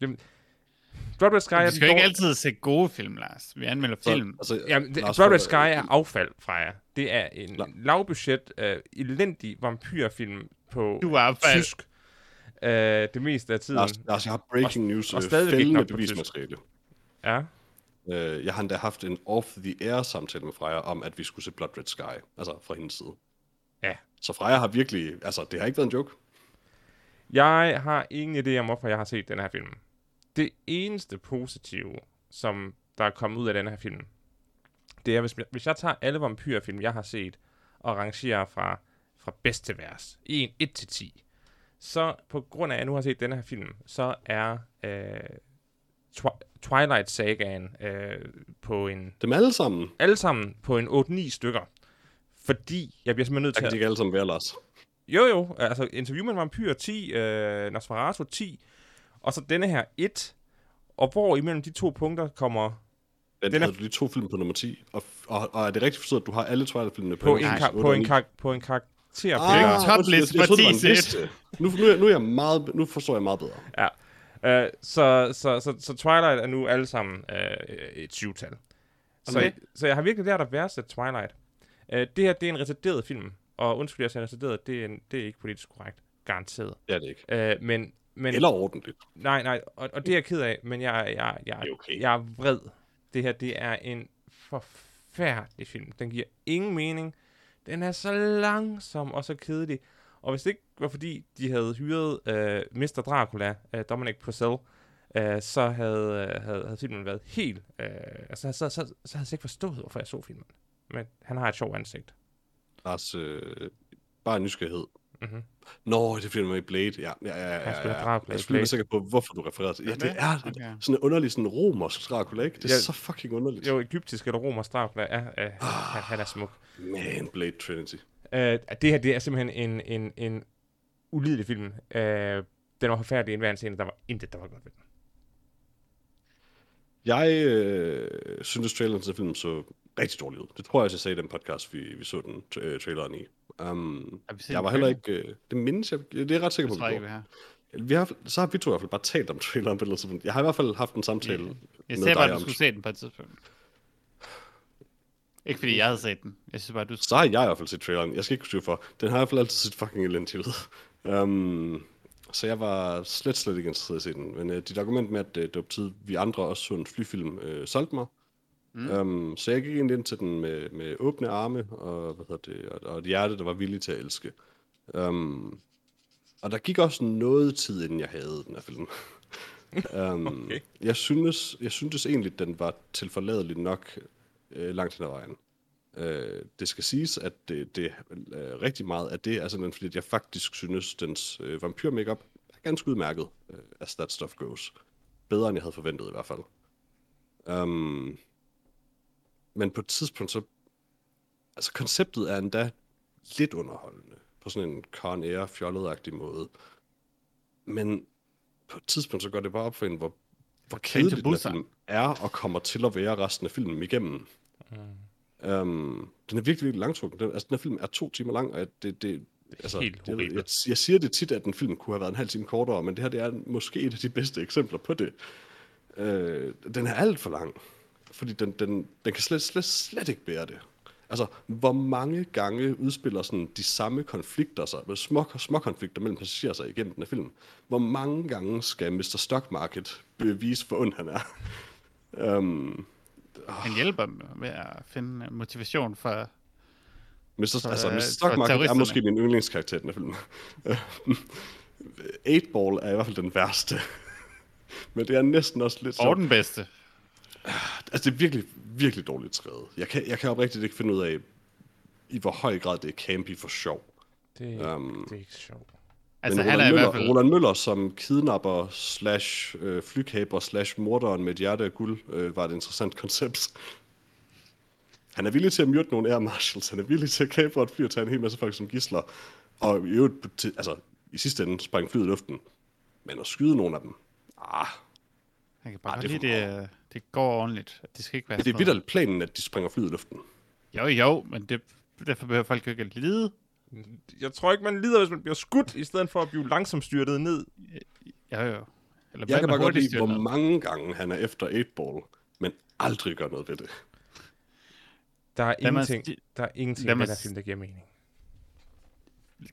[SPEAKER 3] Jamen, Blood Red Sky er
[SPEAKER 1] Vi skal jo ikke
[SPEAKER 3] dår-
[SPEAKER 1] altid se gode film, Lars. Vi anmelder
[SPEAKER 2] Så,
[SPEAKER 1] film.
[SPEAKER 2] altså,
[SPEAKER 3] Jamen, det,
[SPEAKER 2] Lars,
[SPEAKER 3] Blood Red
[SPEAKER 2] øh,
[SPEAKER 3] Sky er affald fra jer. Det er en
[SPEAKER 2] La-
[SPEAKER 3] lavbudget, øh, elendig vampyrfilm på
[SPEAKER 1] Du er affald.
[SPEAKER 3] tysk. Øh, det meste af tiden.
[SPEAKER 2] Lars, Lars, jeg har breaking news,
[SPEAKER 3] og
[SPEAKER 2] og,
[SPEAKER 3] stadigvæk ikke
[SPEAKER 2] fældende
[SPEAKER 3] nok på tysk.
[SPEAKER 2] bevismateriale.
[SPEAKER 3] Ja.
[SPEAKER 2] Øh, jeg har endda haft en off-the-air-samtale med Freja om, at vi skulle se Blood Red Sky, altså fra hendes side.
[SPEAKER 3] Ja.
[SPEAKER 2] Så Freja har virkelig, altså det har ikke været en joke.
[SPEAKER 3] Jeg har ingen idé om, hvorfor jeg har set den her film. Det eneste positive, som der er kommet ud af den her film, det er, hvis, hvis jeg tager alle vampyrfilm, jeg har set, og rangerer fra, fra bedst til værst, 1, 1 til 10, så på grund af, at jeg nu har set den her film, så er øh, Twi- Twilight Sagaen øh, på en,
[SPEAKER 2] Dem alle sammen.
[SPEAKER 3] alle sammen på en 8-9 stykker. Fordi jeg bliver simpelthen nødt til
[SPEAKER 2] Jeg kan
[SPEAKER 3] at...
[SPEAKER 2] de ikke alle sammen være, Lars.
[SPEAKER 3] Jo, jo. Altså, Interview med en vampyr 10, øh, Nosferatu 10, og så denne her 1. Og hvor imellem de to punkter kommer
[SPEAKER 2] Den,
[SPEAKER 3] Den er-
[SPEAKER 2] den havde du lige to film på nummer 10, og, og, og er det rigtigt forstået, at du har alle Twilight-filmene på,
[SPEAKER 3] på, en,
[SPEAKER 2] nummer
[SPEAKER 3] kar-
[SPEAKER 2] 8
[SPEAKER 3] på,
[SPEAKER 2] og
[SPEAKER 3] en
[SPEAKER 2] 9?
[SPEAKER 3] kar- på en karakter.
[SPEAKER 2] Ah,
[SPEAKER 1] Det er jo en
[SPEAKER 2] undskyld,
[SPEAKER 1] topliste
[SPEAKER 2] jeg troede, det var
[SPEAKER 1] for
[SPEAKER 2] en
[SPEAKER 1] 10
[SPEAKER 2] liste. Nu, nu, er- nu, er jeg meget, nu forstår jeg meget bedre.
[SPEAKER 3] Ja. Øh, så, så, så, så Twilight er nu alle sammen øh, et syvtal. Så,
[SPEAKER 1] Okay.
[SPEAKER 3] så jeg har virkelig lært at værdsætte Twilight. Øh, det her, det er en retarderet film. Og undskyld, jeg siger retarderet, det er, en, det er ikke politisk korrekt. Garanteret.
[SPEAKER 2] Det er det ikke.
[SPEAKER 3] Øh, men, men,
[SPEAKER 2] Eller ordentligt.
[SPEAKER 3] Nej, nej, og, og det er jeg ked af, men jeg, jeg, jeg,
[SPEAKER 2] Det er okay.
[SPEAKER 3] jeg er vred. Det her, det er en forfærdelig film. Den giver ingen mening. Den er så langsom og så kedelig. Og hvis det ikke var fordi, de havde hyret øh, Mr. Dracula, øh, Dominic Purcell, øh, så havde, øh, havde, havde filmen været helt... Øh, altså, så, så, så, så havde jeg ikke forstået, hvorfor jeg så filmen. Men han har et sjovt ansigt.
[SPEAKER 2] Lars, øh, bare en nysgerrighed.
[SPEAKER 3] Mhm.
[SPEAKER 2] Nå, det finder man i Blade. Ja, ja, ja. ja,
[SPEAKER 3] Han spiller
[SPEAKER 2] ja, ja.
[SPEAKER 3] Dracula i
[SPEAKER 2] Jeg er selvfølgelig
[SPEAKER 3] Blade.
[SPEAKER 2] ikke sikker på, hvorfor du refererer til. Ja,
[SPEAKER 1] Er
[SPEAKER 2] det
[SPEAKER 1] det?
[SPEAKER 2] er
[SPEAKER 1] Okay.
[SPEAKER 2] okay. sådan en underlig sådan romersk Dracula, ikke? Det er
[SPEAKER 3] Ja.
[SPEAKER 2] ja. så fucking underligt.
[SPEAKER 3] Jo, egyptisk eller romersk Dracula, ja, øh, han, han er smuk.
[SPEAKER 2] Man, Blade Trinity.
[SPEAKER 3] Øh, at det her, det er simpelthen en, en, en ulidelig film. Øh, den var forfærdelig i enhver scene, der var intet, der var godt ved den.
[SPEAKER 2] Jeg øh, synes, traileren til filmen så rigtig dårlig ud. Det tror jeg også, jeg sagde i den podcast, vi, vi så den tra- øh, traileren i. Um,
[SPEAKER 1] Har vi set
[SPEAKER 2] jeg var
[SPEAKER 1] den
[SPEAKER 2] heller ikke... Øh, det mindes jeg... Det er jeg ret sikker
[SPEAKER 1] Jeg
[SPEAKER 2] på,
[SPEAKER 1] tror
[SPEAKER 2] vi
[SPEAKER 1] ikke,
[SPEAKER 2] gjorde.
[SPEAKER 1] vi har.
[SPEAKER 2] Vi har, så har vi to i hvert fald bare talt om traileren på et eller andet tidspunkt. Jeg har i hvert fald haft en
[SPEAKER 1] Jeg
[SPEAKER 2] samtale med
[SPEAKER 1] sagde bare,
[SPEAKER 2] dig
[SPEAKER 1] at du
[SPEAKER 2] om...
[SPEAKER 1] skulle se den på et tidspunkt. Ikke fordi jeg havde set den. Jeg synes bare, du
[SPEAKER 2] Så
[SPEAKER 1] skulle...
[SPEAKER 2] har jeg i hvert fald set traileren. Jeg skal ikke kunne styre for. Den har i hvert fald altid set fucking elendig ud. Um, så jeg var slet, slet ikke interesseret i at se den. Men uh, dit argument med, at uh, det var på tide, vi andre også så en flyfilm, uh, solgte mig. Mm. Um, så jeg gik egentlig ind til den med, med åbne arme og, hvad hedder det, og, og et hjerte, der var villig til at elske. Um, og der gik også noget tid, inden jeg havde den her film. um, okay. jeg, synes, jeg syntes egentlig, den var tilforladelig nok øh, langt hen ad vejen. Øh, det skal siges, at det, det øh, rigtig meget af det er simpelthen, fordi at jeg faktisk synes, dens øh, vampyr makeup er ganske udmærket, øh, as that stuff goes. Bedre, end jeg havde forventet i hvert fald. Um, men på et tidspunkt, så... Altså, konceptet er endda lidt underholdende, på sådan en Con Air fjollet måde. Men på et tidspunkt, så går det bare op for en, hvor, hvor
[SPEAKER 1] Train to
[SPEAKER 2] kedelig den her
[SPEAKER 1] Busan.
[SPEAKER 2] film er, og kommer til at være resten af filmen igennem. Um, den er virkelig, virkelig langtrukken. Den, altså, den her film er to timer lang, og jeg- det, det, altså,
[SPEAKER 3] helt
[SPEAKER 2] jeg, ved-
[SPEAKER 3] horribelt.
[SPEAKER 2] jeg, jeg siger det tit, at en film kunne have været en halv time kortere, men det her det er måske et af de bedste eksempler på det. Øh, den er alt for lang, fordi den, den, den kan slet, slet, slet ikke bære det. Altså, hvor mange gange udspiller sådan de samme konflikter sig, med små, små konflikter mellem passagerer sig igennem den her film? Hvor mange gange skal Mr. Stock Market bevise, hvor ond han er? Ah.
[SPEAKER 1] Han hjælper dem med at finde motivation for...
[SPEAKER 2] Mr. altså,
[SPEAKER 1] øh, for
[SPEAKER 2] Mr. Stock Market er
[SPEAKER 1] terroristerne.
[SPEAKER 2] måske min yndlingskarakter i den her film. 8-Ball er i hvert fald den værste. Men det er næsten også lidt sjovt.
[SPEAKER 1] Og den bedste.
[SPEAKER 2] altså, det er virkelig, virkelig dårligt skrevet. Jeg kan, jeg kan oprigtigt ikke finde ud af, i hvor høj grad det er campy for sjov.
[SPEAKER 3] Det, um,
[SPEAKER 2] Øhm.
[SPEAKER 3] det er ikke sjovt.
[SPEAKER 2] Men
[SPEAKER 1] Altså, han
[SPEAKER 2] Roland,
[SPEAKER 1] er i
[SPEAKER 2] Møller,
[SPEAKER 1] hvert fald...
[SPEAKER 2] Roland Møller, som kidnapper slash øh, flykæber slash morderen med et hjerte af guld, øh, var et interessant koncept. Han er villig til at myrde nogle air marshals, han er villig til at kabre et fly og tage en hel masse folk som gisler. Og i øvrigt, til, altså, i sidste ende sprang flyet i luften. Men at skyde nogle af dem,
[SPEAKER 1] Altså,
[SPEAKER 2] ah,
[SPEAKER 1] Han kan bare
[SPEAKER 2] Ah,
[SPEAKER 1] godt
[SPEAKER 2] det er
[SPEAKER 1] lide, det, øh, det går ordentligt. Det skal ikke være
[SPEAKER 2] men det er
[SPEAKER 1] sådan noget-
[SPEAKER 2] vidderligt planen, at de springer flyet i luften.
[SPEAKER 1] Jo, jo, men det, derfor behøver folk jo ikke at lide.
[SPEAKER 3] Jeg tror ikke, man lider, hvis man bliver skudt, i stedet for at blive langsomt styrtet ned.
[SPEAKER 1] Jo, jo. Eller man
[SPEAKER 2] Jeg kan bare godt
[SPEAKER 1] hurtigt
[SPEAKER 2] lide, hvor
[SPEAKER 1] styrter.
[SPEAKER 2] mange gange han er efter 8-ball, men aldrig gør noget ved det.
[SPEAKER 3] Der er
[SPEAKER 1] mig
[SPEAKER 3] ingenting,
[SPEAKER 1] sige-
[SPEAKER 3] der er ingenting
[SPEAKER 1] lad
[SPEAKER 3] i
[SPEAKER 1] mig
[SPEAKER 3] den her
[SPEAKER 1] s-
[SPEAKER 3] film, der giver mening.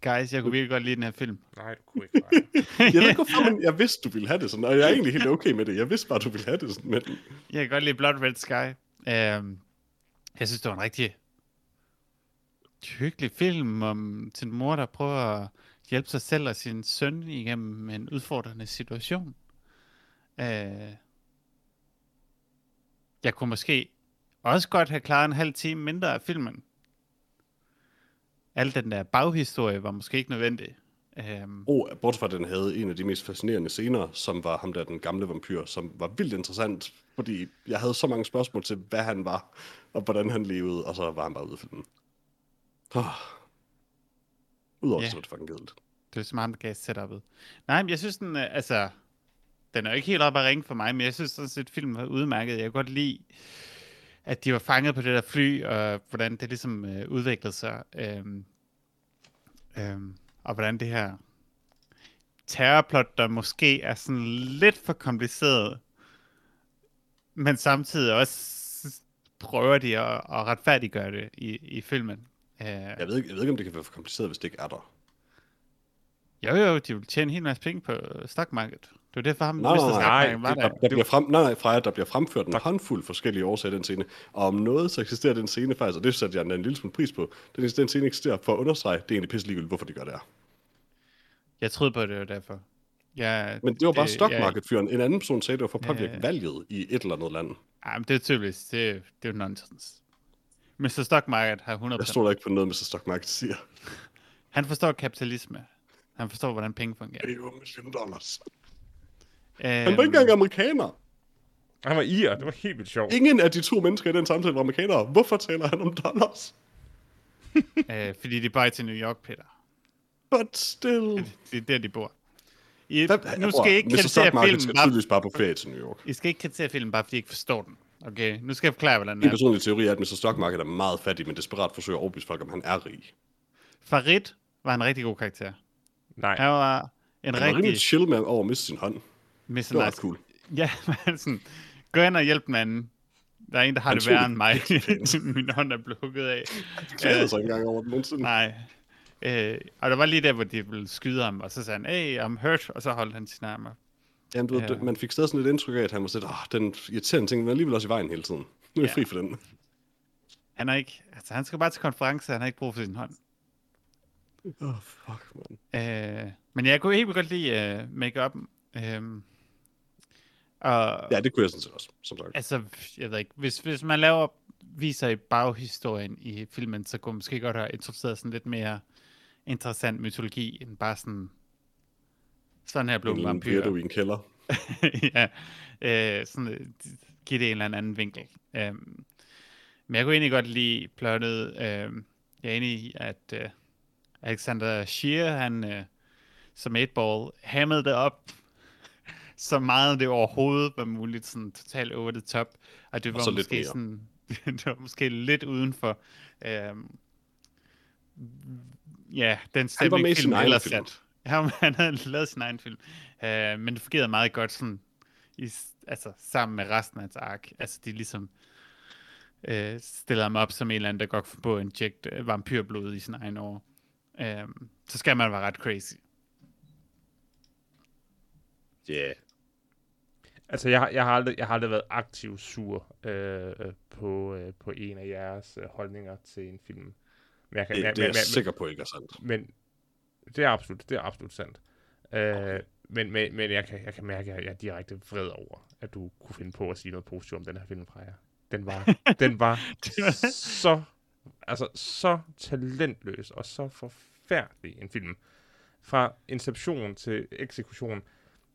[SPEAKER 1] Guys, jeg kunne virkelig godt lide den her film.
[SPEAKER 3] Nej, du kunne ikke. Maja.
[SPEAKER 2] Jeg ved ikke hvorfor, men jeg vidste, du ville have det sådan, og jeg er egentlig helt okay med det. Jeg vidste bare, du ville have det sådan med den.
[SPEAKER 1] Jeg kan godt lide Blood Red Sky. Øhm, jeg synes, det var en rigtig hyggelig film om sin mor, der prøver at hjælpe sig selv og sin søn igennem en udfordrende situation. Øh, jeg kunne måske også godt have klaret en halv time mindre af filmen. Al den der baghistorie var måske ikke nødvendig. Øhm,
[SPEAKER 2] Og bortset fra, at den havde en af de mest fascinerende scener, som var ham der, den gamle vampyr, som var vildt interessant, fordi jeg havde så mange spørgsmål til, hvad han var, og hvordan han levede, og så var han bare ude af filmen. Oh. Udover,
[SPEAKER 1] Ja.
[SPEAKER 2] yeah. så var det fucking kedeligt.
[SPEAKER 1] Det er som ham, der gav setup'et. Nej, men jeg synes, den, øh, altså, den er jo ikke helt op at ringe for mig, men jeg synes sådan set, filmen var udmærket. Jeg kan godt lide, at de var fanget på det der fly, og hvordan det ligesom øh, udviklede sig. Øhm, øhm, og hvordan det her terrorplot, der måske er sådan lidt for kompliceret, men samtidig også prøver de at, at retfærdiggøre det i, i filmen. Øh,
[SPEAKER 2] Jeg ved, ikke, jeg ved ikke, om det kan være for kompliceret, hvis det ikke er der.
[SPEAKER 1] Jo, jo, de vil tjene en hel masse penge på øh, stockmarkedet. Det var derfor, ham,
[SPEAKER 2] Nej,
[SPEAKER 1] Mr.
[SPEAKER 2] nej, nej.
[SPEAKER 1] Stockmarket var
[SPEAKER 3] Nej, det
[SPEAKER 1] der.
[SPEAKER 3] er
[SPEAKER 2] Der bliver frem, nej, nej, Freja, der bliver fremført en håndfuld forskellige årsager i den scene. Og om noget, så eksisterer den scene faktisk, og det satte jeg en en lille smule pris på. Den, den scene eksisterer for at understrege, det er egentlig pisse ligegyldigt, hvorfor de gør det her.
[SPEAKER 1] Jeg troede på, at det var derfor. Ja,
[SPEAKER 2] Men det var bare stock
[SPEAKER 1] Øh, ja,
[SPEAKER 2] market fyren. En anden person sagde, det var for at påvirke
[SPEAKER 1] Ja.
[SPEAKER 2] valget i et eller andet land.
[SPEAKER 1] Ja, men det er tydeligvis, det, det er jo nonsens. Mr. Stockmarket har 100%.
[SPEAKER 2] Jeg stoler ikke på noget, med stock market siger.
[SPEAKER 1] Han forstår kapitalisme. Han forstår, hvordan penge fungerer.
[SPEAKER 2] Det er jo en million dollars. Han
[SPEAKER 1] Øhm,
[SPEAKER 2] var ikke engang amerikaner.
[SPEAKER 3] Han var ir, det var helt vildt sjovt.
[SPEAKER 2] Ingen af de to mennesker i den samtale var amerikanere. Hvorfor taler han om dollars?
[SPEAKER 1] øh, fordi de bare er til New York, Peter.
[SPEAKER 2] But still.
[SPEAKER 1] Det er der, de bor. I,
[SPEAKER 2] Hvad-
[SPEAKER 1] nu
[SPEAKER 2] Bror,
[SPEAKER 1] skal I ikke
[SPEAKER 2] Mr.
[SPEAKER 1] kritisere
[SPEAKER 2] Stock Market
[SPEAKER 1] filmen,
[SPEAKER 2] skal
[SPEAKER 1] bare,
[SPEAKER 2] tydeligvis bare på ferie til New York.
[SPEAKER 1] I skal ikke kritisere filmen, bare fordi I ikke forstår den. Okay, nu skal jeg forklare, hvordan den
[SPEAKER 2] Min
[SPEAKER 1] er.
[SPEAKER 2] personlige teori er, at Mr. Stock Market er meget fattig, men desperat forsøger at overbevise folk, om han er rig.
[SPEAKER 1] Farid var en rigtig god karakter.
[SPEAKER 3] Nej,
[SPEAKER 1] Han var en
[SPEAKER 2] Han var
[SPEAKER 1] rigtig...
[SPEAKER 2] rimelig chill med over at miste sin hånd.
[SPEAKER 1] Mr.
[SPEAKER 2] Det var ret
[SPEAKER 1] Nice.
[SPEAKER 2] cool.
[SPEAKER 1] Ja, men altså, sådan, gå ind og hjælp manden. Der er en, der har
[SPEAKER 2] Han
[SPEAKER 1] det
[SPEAKER 2] tog
[SPEAKER 1] værre
[SPEAKER 2] det
[SPEAKER 1] end mig. Min hånd er blevet hugget af.
[SPEAKER 2] Glæder sig ikke engang over den nogensinde.
[SPEAKER 1] Nej. Øh, og der var lige der, hvor de ville skyde ham, og så sagde han, hey, I'm hurt, og så holdt han sin arm op.
[SPEAKER 2] Jamen, du,
[SPEAKER 1] Ja.
[SPEAKER 2] ja. man fik stadig sådan et indtryk af, at han var sådan, ah, den irriterende ting, den er alligevel også i vejen hele tiden. Nu er jeg
[SPEAKER 1] Ja.
[SPEAKER 2] fri for den.
[SPEAKER 1] Han er ikke, altså han skal bare til konference, han har ikke brug for sin hånd.
[SPEAKER 2] Åh, oh, fuck, man.
[SPEAKER 1] Øh, men jeg kunne helt vildt godt lide øh, make-up'en. Øh, og
[SPEAKER 2] Ja, det kunne jeg sådan set også, som sagt.
[SPEAKER 1] Altså, jeg ved ikke, hvis, hvis man laver viser i baghistorien i filmen, så kunne man måske godt have introduceret sådan lidt mere interessant mytologi, end bare sådan, sådan her blev en
[SPEAKER 2] En lille
[SPEAKER 1] vampyr.
[SPEAKER 2] weirdo i en kælder.
[SPEAKER 1] ja, øh, sådan, øh, give det en eller anden vinkel. Øhm, men jeg kunne egentlig godt lide plottet. Øhm, jeg er enig i, at øh, Alexander Scheer, han øh, som et ball, hammede det op så meget det overhovedet var muligt, sådan totalt over the top. Og det
[SPEAKER 2] Og
[SPEAKER 1] var
[SPEAKER 2] så lidt
[SPEAKER 1] måske
[SPEAKER 2] mere.
[SPEAKER 1] sådan, det var måske lidt udenfor. Øhm, ja, den
[SPEAKER 2] var med i
[SPEAKER 1] stemning
[SPEAKER 2] sin
[SPEAKER 1] film
[SPEAKER 2] egen
[SPEAKER 1] ellers
[SPEAKER 2] film.
[SPEAKER 1] sat. Ja, men han havde lavet sin egen film. Øh, men det fungerede meget godt sådan, i, s- altså, sammen med resten af hans ark. Altså, de ligesom øh, stiller ham op som en eller anden, der godt kan få injekt øh, vampyrblod i sin egen år. Øh, så skal man være ret crazy.
[SPEAKER 2] Ja.
[SPEAKER 3] altså jeg, har- jeg, har aldrig, jeg har aldrig været aktiv sur øh, øh, på, øh, på en af jeres øh, holdninger til en film. Men jeg kan,
[SPEAKER 2] Det,
[SPEAKER 3] men-
[SPEAKER 2] det er
[SPEAKER 3] men-
[SPEAKER 2] jeg sikker på ikke er sandt.
[SPEAKER 3] men, men det er absolut, det er absolut sandt. Øh, Men, men, men jeg, kan, jeg kan mærke, at jeg er direkte vred over, at du kunne finde på at sige noget positivt om den her film, Freja. Den var, den var
[SPEAKER 1] Det var-
[SPEAKER 3] så, altså, så talentløs og så forfærdelig en film. Fra inception til eksekution,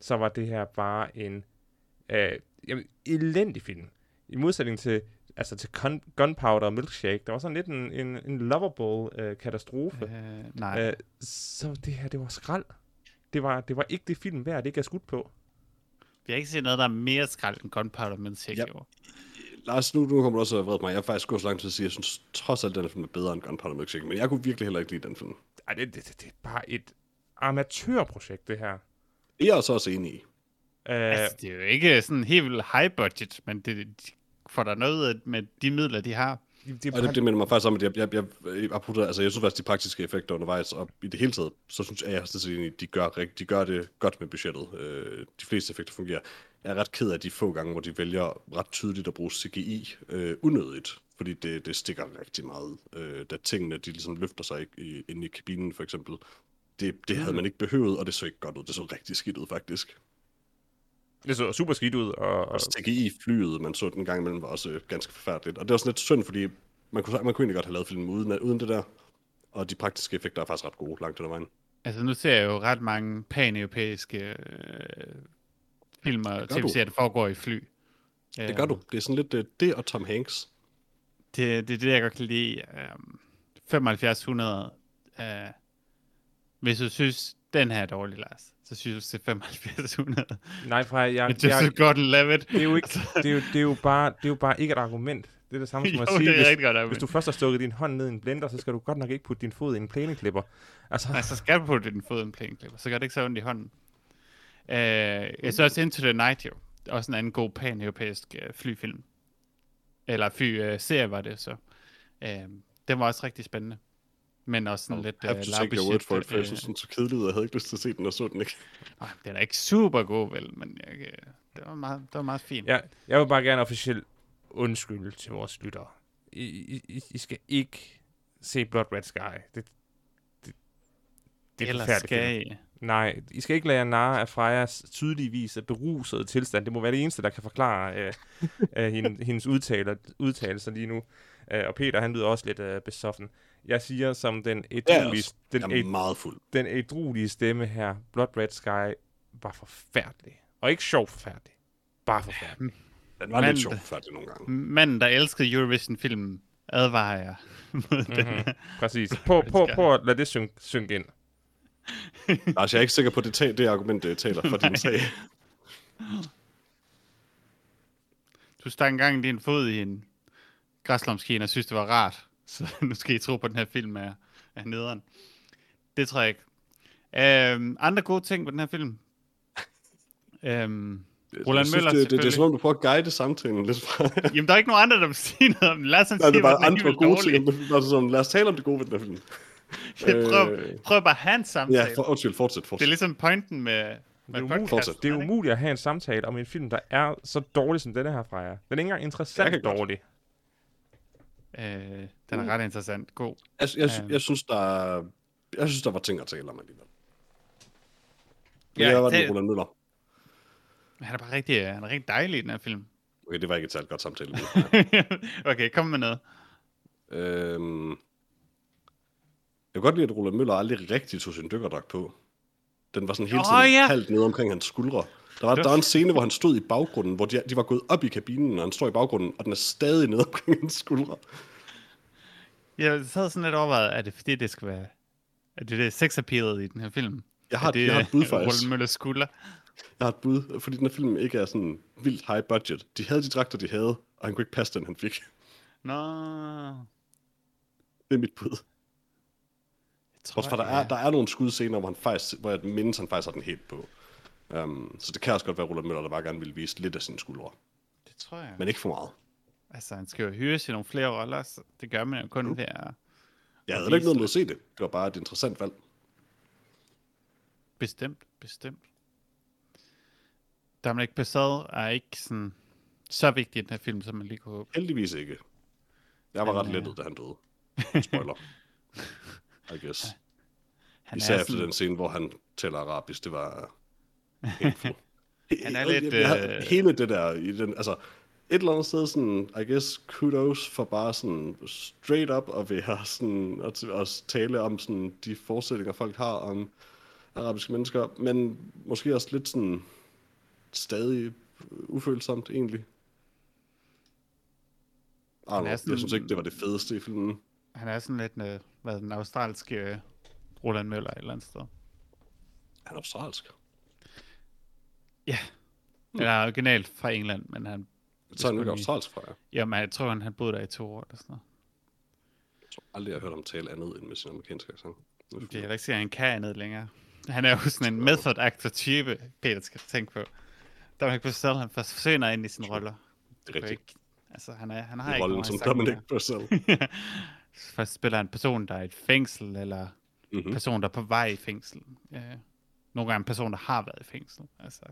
[SPEAKER 3] så var det her bare en øh, jamen, elendig film. I modsætning til, altså til Gun- Gunpowder og Milkshake, der var sådan lidt en, en, en lovable øh, katastrofe.
[SPEAKER 1] Øh, nej.
[SPEAKER 3] Øh, så det her, det var skrald. Det var, det var ikke det film værd, det ikke er skudt på.
[SPEAKER 1] Vi har ikke set noget, der er mere skrald end Gunpowder Milkshake
[SPEAKER 2] Yep.
[SPEAKER 1] yep. år.
[SPEAKER 2] Lars, nu, nu kommer du også vred på mig. Jeg er faktisk gået så langt til at sige, at jeg synes trods alt, den her film er bedre end Gunpowder Milkshake, men jeg kunne virkelig heller ikke lide den film.
[SPEAKER 3] Ej, det, det, det, det er bare et amatørprojekt, det her.
[SPEAKER 2] Det er jeg så også enig i.
[SPEAKER 3] Øh,
[SPEAKER 1] Altså, det er jo ikke sådan helt vildt high budget, men det, de får der noget ud af- med de midler, de har.
[SPEAKER 3] det, det, er
[SPEAKER 2] Og
[SPEAKER 3] bare,
[SPEAKER 2] det, det minder mig faktisk om, at jeg, jeg, jeg, jeg, apropos- altså, jeg synes faktisk, de praktiske effekter undervejs, og i det hele taget, så synes jeg, at jeg er sådan set enig i, at de gør, rigt- de gør det godt med budgettet. Øh, de fleste effekter fungerer. Jeg er ret ked af de få gange, hvor de vælger ret tydeligt at bruge CGI øh, unødigt, fordi det, det stikker rigtig meget. Øh, da tingene, de ligesom løfter sig i, i, inde i kabinen for eksempel, det, det havde man ikke behøvet, og det så ikke godt ud. Det så rigtig skidt ud, faktisk.
[SPEAKER 3] det så super skidt ud, og, og
[SPEAKER 2] Og CGI-flyet, man så den gang imellem, var også øh, ganske forfærdeligt. Og det var sådan lidt synd, fordi man kunne, man kunne egentlig godt have lavet filmen uden, uden det der. Og de praktiske effekter er faktisk ret gode langt under vejen.
[SPEAKER 1] Altså, nu ser jeg jo ret mange pan-europæiske øh, filmer og
[SPEAKER 2] gør du.
[SPEAKER 1] tv-serier, der foregår i fly.
[SPEAKER 2] Det gør du. Det er sådan lidt øh, det og Tom Hanks.
[SPEAKER 1] Det, det er det, jeg godt kan lide. Um, 7500. Uh, hvis du synes, den her er dårlig, Lars, så synes du, det er 7500.
[SPEAKER 3] nej, fra jeg, jeg,
[SPEAKER 1] Men Joseph Gordon-Levitt.
[SPEAKER 3] det er jo ikke, det er jo, det er jo bare, det er jo bare ikke et argument. Det er det samme som at
[SPEAKER 1] Altså, Jo,
[SPEAKER 3] sige,
[SPEAKER 1] det er
[SPEAKER 3] hvis,
[SPEAKER 1] rigtig godt argument.
[SPEAKER 3] hvis du først har stukket din hånd ned i en blender, så skal du godt nok ikke putte din fod i en plæneklipper. Altså,
[SPEAKER 1] Nej, så skal du putte den fod i en plæneklipper, så gør det ikke så ondt i hånden. Uh, jeg så også Into the Night, jo. Også en anden god pan-europæisk uh, flyfilm. Eller fly-serie var det så. Uh, den var også rigtig spændende. Men også sådan lidt uh,
[SPEAKER 2] Have to take your word for it, for jeg synes, den så kedelig ud. Jeg havde ikke lyst til at se den, og så den ikke.
[SPEAKER 1] Øh, den er ikke super god, vel, men jeg, øh, det, var meget, det var meget fint.
[SPEAKER 3] jeg, jeg vil bare gerne officielt undskylde til vores lyttere. I, I, I- I skal ikke se Blood Red Sky. Det, det, det er
[SPEAKER 1] Ellers
[SPEAKER 3] forfærdeligt.
[SPEAKER 1] skal I...
[SPEAKER 3] Nej, I skal ikke lade jer narre af Frejas tydeligvis berusede tilstand. Det må være det eneste, der kan forklare øh, øh, hende, hendes udtaler, udtalelser lige nu. Øh, og Peter, han lyder også lidt øh, besoffen. Jeg siger som den ædruelige,
[SPEAKER 2] også.
[SPEAKER 3] den,
[SPEAKER 2] Jeg
[SPEAKER 3] æd-
[SPEAKER 2] er meget fuld.
[SPEAKER 3] den ædruelige stemme her, Blood Red Sky, var forfærdelig. Og ikke sjov forfærdelig. Bare forfærdelig.
[SPEAKER 2] Den var lidt
[SPEAKER 1] Men-
[SPEAKER 2] sjov færdig nogle gange.
[SPEAKER 1] Manden, der elskede Eurovision-filmen, advarer jeg mod
[SPEAKER 3] Mm.
[SPEAKER 1] mm-hmm. den her.
[SPEAKER 3] Mhm. Præcis. Prøv, prøv,
[SPEAKER 1] Sky.
[SPEAKER 3] prøv at lade det synke, synke ind.
[SPEAKER 2] Lars, jeg er ikke sikker på, at det, ta- det argument det taler for din sag.
[SPEAKER 1] Du stak engang din fod i en græslomskien og synes, det var rart. Så nu skal I tro på, at den her film er, er nederen. Det tror jeg ikke. Øhm, andre gode ting ved den her film? Øhm,
[SPEAKER 2] Jeg
[SPEAKER 1] Roland
[SPEAKER 2] synes,
[SPEAKER 1] Møller
[SPEAKER 2] det, det, det, er som
[SPEAKER 1] selvfølgelig.
[SPEAKER 2] om, du prøver at guide samtalen lidt fra.
[SPEAKER 1] Jamen, der er ikke nogen andre, der vil sige noget om den. Lad os
[SPEAKER 2] Nej,
[SPEAKER 1] sige,
[SPEAKER 2] det er
[SPEAKER 1] hvor
[SPEAKER 2] bare
[SPEAKER 1] den
[SPEAKER 2] andre
[SPEAKER 1] alligevel
[SPEAKER 2] gode
[SPEAKER 1] dårlig.
[SPEAKER 2] ting. Det var sådan, Lad os tale om det gode ved den her film.
[SPEAKER 1] prøv, prøv bare at have en samtale.
[SPEAKER 2] Øh. Ja, for, undskyld, fortsæt,
[SPEAKER 1] Det er
[SPEAKER 2] fortsæt.
[SPEAKER 1] ligesom pointen med,
[SPEAKER 3] Det er,
[SPEAKER 1] med
[SPEAKER 3] umuligt,
[SPEAKER 2] Fortsæt.
[SPEAKER 3] Altså, det er umuligt at have en samtale om en film, der er så dårlig som denne her, Freja. Den er ikke engang
[SPEAKER 2] Jeg
[SPEAKER 3] interessant
[SPEAKER 2] kan godt.
[SPEAKER 3] dårlig.
[SPEAKER 1] Øh, den er ret interessant. God.
[SPEAKER 2] Jeg, Altså, jeg, jeg, jeg, synes, der, er- jeg synes, der var ting at tale om alligevel.
[SPEAKER 1] Ja,
[SPEAKER 2] Ja, jeg var
[SPEAKER 1] det-
[SPEAKER 2] det... Roland Møller.
[SPEAKER 1] Han er bare rigtig, øh, han er rigtig dejlig i den her film.
[SPEAKER 2] Okay, det var ikke et særligt godt samtale.
[SPEAKER 1] okay, kom med noget.
[SPEAKER 2] øhm, jeg kan godt lide, at Roland Møller aldrig rigtig tog sin dykkerdragt på. Den var sådan hele
[SPEAKER 1] Åh,
[SPEAKER 2] tiden oh,
[SPEAKER 1] ja.
[SPEAKER 2] ja. halvt ned omkring hans skuldre. Der var,
[SPEAKER 1] Det var-
[SPEAKER 2] der var en scene, hvor han stod i baggrunden, hvor de, de var gået op i kabinen, og han står i baggrunden, og den er stadig ned omkring hans skuldre.
[SPEAKER 1] Jeg sad sådan lidt overvejet, er det fordi, det skal være... Er det det sex appealet i den her film?
[SPEAKER 2] Jeg har
[SPEAKER 1] er
[SPEAKER 2] et- jeg har et bud, faktisk.
[SPEAKER 1] Roland Møllers skulder.
[SPEAKER 2] Jeg har et bud, fordi den her film ikke er sådan vildt high budget. De havde de dragter, de havde, og han kunne ikke passe den, han fik.
[SPEAKER 1] Nå...
[SPEAKER 2] Det er mit bud.
[SPEAKER 1] Jeg tror,
[SPEAKER 2] Også for der er, der er nogle skudscener, hvor, han faktisk, hvor jeg mindes, han faktisk har den helt på. Um, så det kan også godt være Roland Møller, der bare gerne ville vise lidt af sine skuldre.
[SPEAKER 1] Det tror jeg. Men...
[SPEAKER 2] Men ikke for meget.
[SPEAKER 1] Altså, han skal jo hyres i nogle flere roller, så det gør man jo kun ved at
[SPEAKER 2] Jeg
[SPEAKER 1] Og
[SPEAKER 2] havde da ikke
[SPEAKER 1] vise
[SPEAKER 2] noget med at se det. Det var bare et interessant valg.
[SPEAKER 1] Bestemt, bestemt. Dominic Passad er ikke sådan så vigtig i den her film, som man lige kunne håbe.
[SPEAKER 2] Heldigvis ikke. Jeg var
[SPEAKER 1] Men,
[SPEAKER 2] ret
[SPEAKER 1] øh,
[SPEAKER 2] lettet, da han døde. Spoiler. I guess.
[SPEAKER 1] Han
[SPEAKER 2] Især
[SPEAKER 1] er
[SPEAKER 2] efter
[SPEAKER 1] sådan-
[SPEAKER 2] den scene, hvor han taler arabisk. Det var
[SPEAKER 1] Han er lidt,
[SPEAKER 2] Jeg, jeg,
[SPEAKER 1] øh,
[SPEAKER 2] hele det der, i den, altså, et eller andet sted sådan, I guess, kudos for bare sådan straight up at være sådan, at, at tale om sådan de forestillinger, folk har om arabiske mennesker, men måske også lidt sådan stadig ufølsomt egentlig. Arh,
[SPEAKER 1] er
[SPEAKER 2] sådan...
[SPEAKER 1] sådan-
[SPEAKER 2] Jeg synes ikke, det var det fedeste i filmen.
[SPEAKER 1] Han er sådan lidt øh, hvad, den australske øh, Roland Møller et eller andet sted.
[SPEAKER 2] Han er australsk.
[SPEAKER 1] Ja. Mm. Han er originalt fra England, men han...
[SPEAKER 2] Så er han
[SPEAKER 1] man
[SPEAKER 2] ikke
[SPEAKER 1] lige-
[SPEAKER 2] australsk fra jer.
[SPEAKER 1] Jamen, jeg tror, han, han boede der i to år eller sådan noget.
[SPEAKER 2] Jeg tror aldrig, jeg har hørt ham tale andet end med sin amerikanske accent.
[SPEAKER 1] Det kan jeg da ikke se, at han kan andet længere. Han er jo sådan en method actor type, Peter skal tænke på. Der man ikke selv, han forsvinder ind i sine roller.
[SPEAKER 2] Det er rigtigt.
[SPEAKER 1] Ikke, altså, han, er, han har
[SPEAKER 2] I
[SPEAKER 1] ikke
[SPEAKER 2] rollen
[SPEAKER 1] nogen
[SPEAKER 2] som
[SPEAKER 1] accent
[SPEAKER 2] Dominic
[SPEAKER 1] længere.
[SPEAKER 2] Purcell.
[SPEAKER 1] Først spiller en person, der er i et fængsel, eller
[SPEAKER 2] Mhm.
[SPEAKER 1] mm-hmm. person, der er på vej i fængsel. Øh, nogle gange en person, der har været i fængsel. Altså,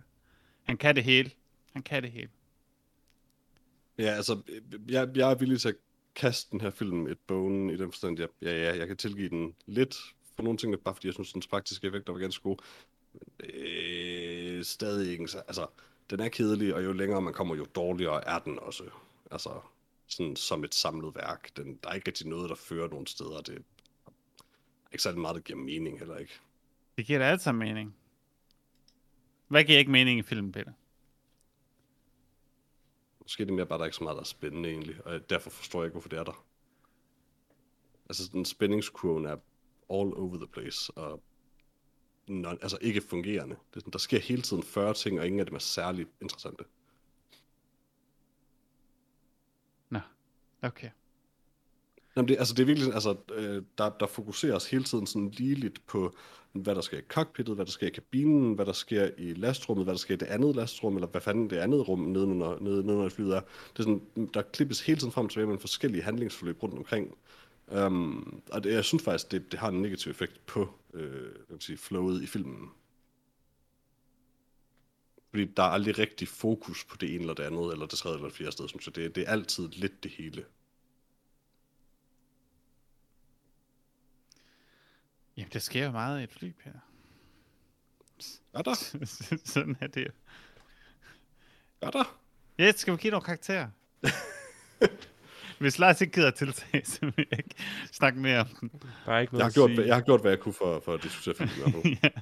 [SPEAKER 1] han kan det hele. Han kan det hele.
[SPEAKER 2] Ja, altså, jeg, jeg er villig til at kaste den her film et bone i den forstand, jeg, ja, ja, jeg kan tilgive den lidt for nogle ting, bare fordi jeg synes, dens praktiske effekter var ganske gode. Men, øh, stadig ikke, en så- altså, den er kedelig, og jo længere man kommer, jo dårligere er den også. Altså, sådan som et samlet værk. Den, der er ikke rigtig noget, der fører nogen steder. Det er ikke særlig meget, der giver mening heller ikke.
[SPEAKER 1] Det giver da alt sammen mening. Hvad giver ikke mening i filmen, Peter?
[SPEAKER 2] Måske er det mere bare, der er ikke så meget, der er spændende egentlig, og derfor forstår jeg ikke, hvorfor det er der. Altså, den spændingskurven er all over the place, og non, altså ikke fungerende. Det, er sådan, der sker hele tiden 40 ting, og ingen af dem er særlig interessante.
[SPEAKER 1] Nå, okay.
[SPEAKER 2] Jamen det, altså det er virkelig sådan, altså, øh, der, der fokuseres hele tiden sådan ligeligt på, hvad der sker i cockpittet, hvad der sker i kabinen, hvad der sker i lastrummet, hvad der sker i det andet lastrum, eller hvad fanden det andet rum nedenunder, nede- nedenunder et flyet er. Det er sådan, der klippes hele tiden frem og tilbage med forskellige handlingsforløb rundt omkring. Um, og det, jeg synes faktisk, det, det har en negativ effekt på øh, hvad kan man sige, flowet i filmen. Fordi der er aldrig rigtig fokus på det ene eller det andet, eller det tredje eller det fjerde sted, synes jeg. Det, det er altid lidt det hele.
[SPEAKER 1] Jamen, der sker jo meget i et fly, Peter.
[SPEAKER 2] Er der?
[SPEAKER 1] Sådan er det jo.
[SPEAKER 2] Er der?
[SPEAKER 1] Ja, skal vi give nogle karakterer? Hvis Lars ikke gider at tiltage, så vil jeg ikke snakke mere om den.
[SPEAKER 3] Der er ikke noget
[SPEAKER 2] Jeg har,
[SPEAKER 3] at
[SPEAKER 2] gjort,
[SPEAKER 3] sige.
[SPEAKER 2] hvad- jeg har gjort, hvad jeg kunne for, for at diskutere filmen i hvert fald.
[SPEAKER 1] ja.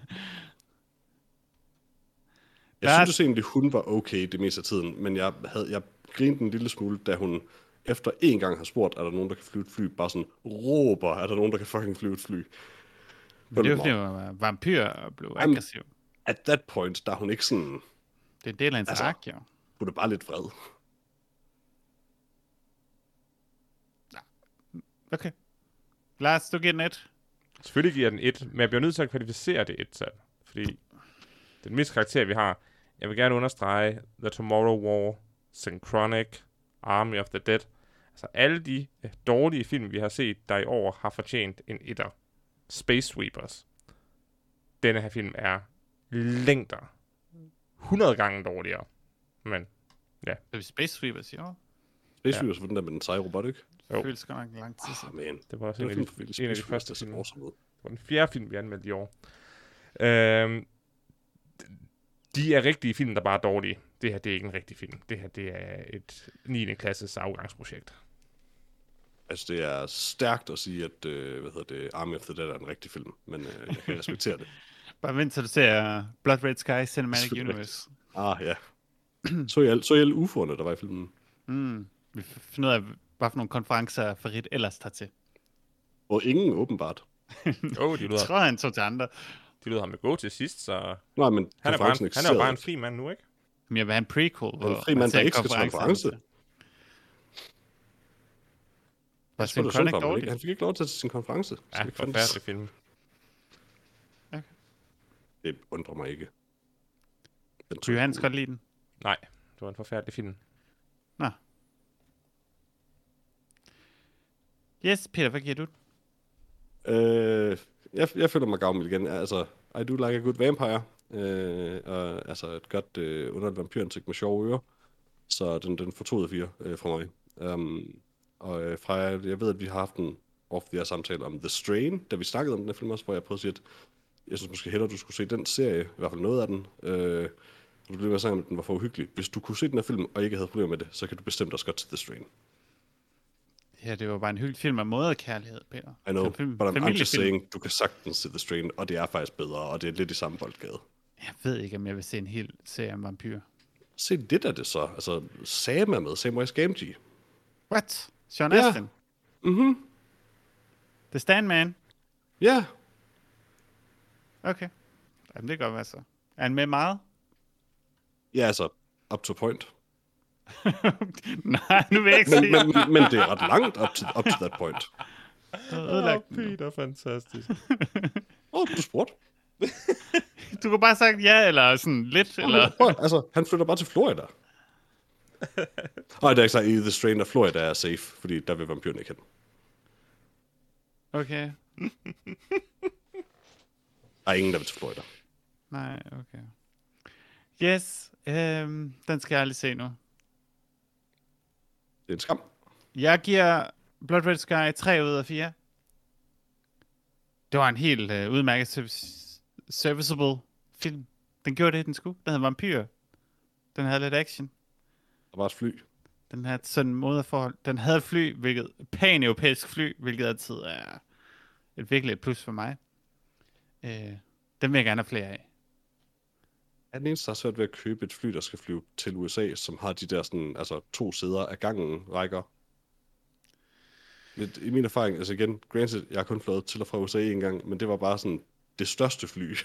[SPEAKER 2] Jeg
[SPEAKER 1] Der er-
[SPEAKER 2] synes også egentlig, hun var okay det meste af tiden, men jeg, havde, jeg grinte en lille smule, da hun efter en gang har spurgt, er der nogen, der kan flyve et fly, bare sådan råber, er der nogen, der kan fucking flyve et fly.
[SPEAKER 1] Men det er jo fordi, hun var vampyr og blev
[SPEAKER 2] Jamen-
[SPEAKER 1] aggressiv.
[SPEAKER 2] At that point, der er hun ikke sådan,
[SPEAKER 1] Det er en del af hendes
[SPEAKER 2] Altså-
[SPEAKER 1] altså... ark, jo.
[SPEAKER 2] hun er bare lidt vred.
[SPEAKER 1] Okay. Lars, du giver den et.
[SPEAKER 3] Selvfølgelig giver den et, men jeg bliver nødt til at kvalificere det et tal. Fordi den mest karakter, vi har, jeg vil gerne understrege The Tomorrow War, Synchronic, Army of the Dead. Altså alle de øh, dårlige film, vi har set, der i år har fortjent en etter. Space Sweepers. Denne her film er længder. 100 gange dårligere. Men
[SPEAKER 1] Det er Space Sweepers, jo.
[SPEAKER 2] Space Sweepers ja. var den der med den seje robot, ikke?
[SPEAKER 1] Det
[SPEAKER 3] Jo.
[SPEAKER 1] føles godt nok en lang tid
[SPEAKER 2] Ah,
[SPEAKER 1] siden.
[SPEAKER 2] man.
[SPEAKER 3] det var også
[SPEAKER 2] Det
[SPEAKER 3] en,
[SPEAKER 2] var
[SPEAKER 3] af
[SPEAKER 2] film,
[SPEAKER 3] de,
[SPEAKER 2] for virkelig
[SPEAKER 3] en af
[SPEAKER 2] Space
[SPEAKER 3] de
[SPEAKER 2] Sweepers, der
[SPEAKER 3] første film.
[SPEAKER 2] Altså, så awesome ud.
[SPEAKER 3] Det var den fjerde film, vi anmeldte i år. Øhm, de er rigtige film, der bare er dårlige. Det her, det er ikke en rigtig film. Det her, det er et 9. klasses afgangsprojekt.
[SPEAKER 2] Altså, det er stærkt at sige, at øh, hvad hedder det, Army of the Dead er en rigtig film, men øh, jeg kan respektere det.
[SPEAKER 1] Bare vent til du ser Blood Red Sky Cinematic
[SPEAKER 2] Selvfølgelig.
[SPEAKER 1] Universe.
[SPEAKER 2] Ah, ja. Så jeg, så jeg alle UFO'erne, der var i filmen.
[SPEAKER 1] Mm. Vi f- finder ud af, hvad for nogle konferencer Farid ellers tager til.
[SPEAKER 2] Og ingen åbenbart.
[SPEAKER 3] Åh, oh, de
[SPEAKER 1] Jeg
[SPEAKER 3] lyder,
[SPEAKER 1] tror, han tog til andre.
[SPEAKER 3] de lyder ham gå til sidst, så...
[SPEAKER 2] Nej, men
[SPEAKER 3] Han er, bare en, han er jo bare en
[SPEAKER 2] fri.
[SPEAKER 3] fri mand nu, ikke?
[SPEAKER 1] Men jeg vil have en prequel, hvor
[SPEAKER 2] fri mand,
[SPEAKER 1] man ser
[SPEAKER 2] der ikke skal til
[SPEAKER 1] konferencer.
[SPEAKER 3] Altså,
[SPEAKER 2] konference.
[SPEAKER 1] Var
[SPEAKER 2] Jeg tror, det var synd for
[SPEAKER 1] Synchronic
[SPEAKER 2] ham, han, ikke?
[SPEAKER 1] dårlig?
[SPEAKER 2] han fik ikke lov til at tage til sin konference. Så
[SPEAKER 3] Ja,
[SPEAKER 2] det, kan fandme-
[SPEAKER 3] forfærdelig film.
[SPEAKER 2] det undrer mig ikke. Den
[SPEAKER 1] Kunne Johannes godt lide den?
[SPEAKER 3] Nej, det var en forfærdelig film.
[SPEAKER 1] Nå. Yes, Peter, hvad giver du? den?
[SPEAKER 2] Øh, jeg, jeg føler mig gavmild igen. Altså, I do like a good vampire. Øh, og, altså et godt øh, underligt vampyransigt med sjove ører. Så den, den får to ud af fire øh, fra mig. Um, og øh, fra, jeg ved, at vi har haft en off the air samtale om The Strain, da vi snakkede om den her film også, hvor jeg prøvede at sige, at Jeg synes måske hellere, du skulle se den serie, i hvert fald noget af den. Øh, og du blev med at sige, at den var for uhyggelig. Hvis du kunne se den her film, og ikke havde problemer med det, så kan du bestemt også godt se The Strain.
[SPEAKER 1] Det her, det var bare en hyggelig film af måde og kærlighed, Peter.
[SPEAKER 2] I know,
[SPEAKER 1] Det var en
[SPEAKER 2] but I'm, I'm just
[SPEAKER 1] familiefilm.
[SPEAKER 2] saying, du kan sagtens se The Strain, og det er faktisk bedre, og det er lidt i samme boldgade.
[SPEAKER 1] Jeg ved ikke, om jeg vil se en hel serie om vampyrer.
[SPEAKER 2] Se lidt af det så. Altså, Sam er med. Sam West Gamgee.
[SPEAKER 1] What? Sean
[SPEAKER 2] Ja.
[SPEAKER 1] Astin?
[SPEAKER 2] Mhm.
[SPEAKER 1] The Stand Man?
[SPEAKER 2] Ja,
[SPEAKER 1] Okay. Jamen, det kan godt være så. Er han med meget?
[SPEAKER 2] ja altså, up to point.
[SPEAKER 1] Nej, nu vil jeg ikke
[SPEAKER 2] Men,
[SPEAKER 1] se.
[SPEAKER 2] men, men, men det er ret langt up to, up to that point.
[SPEAKER 3] Ødelagt oh, Peter, fantastisk.
[SPEAKER 2] Åh, oh, du spurgte.
[SPEAKER 1] Du kunne bare have sagt ja, eller sådan lidt, eller...
[SPEAKER 2] Prøv, at- altså, han flytter bare til Florida. Nej, det er ikke så i The Strain af Florida er safe, fordi der vil vampyren ikke hen.
[SPEAKER 1] Okay.
[SPEAKER 2] Der er ingen, der vil til Florida.
[SPEAKER 1] Nej, okay. Yes, øhm, den skal jeg aldrig se nu.
[SPEAKER 2] Det er en skam.
[SPEAKER 1] Jeg giver Blood Red Sky 3 ud af 4. Det var en helt øh, udmærket service- serviceable film. Den gjorde det, den skulle. Den havde vampyrer. Den havde lidt action.
[SPEAKER 2] Der var et fly.
[SPEAKER 1] Den havde sådan moderforhold. Den havde et fly, hvilket pan europæisk fly, hvilket altid er et virkelig et plus for mig. Øh, den vil jeg gerne have flere af.
[SPEAKER 2] Er den eneste, der har svært ved at købe et fly, der skal flyve til USA, som har de der sådan, altså, to sæder af gangen rækker? Lidt, I min erfaring, altså igen, granted, jeg har kun fløjet til og fra USA en gang, men det var bare sådan det største fly.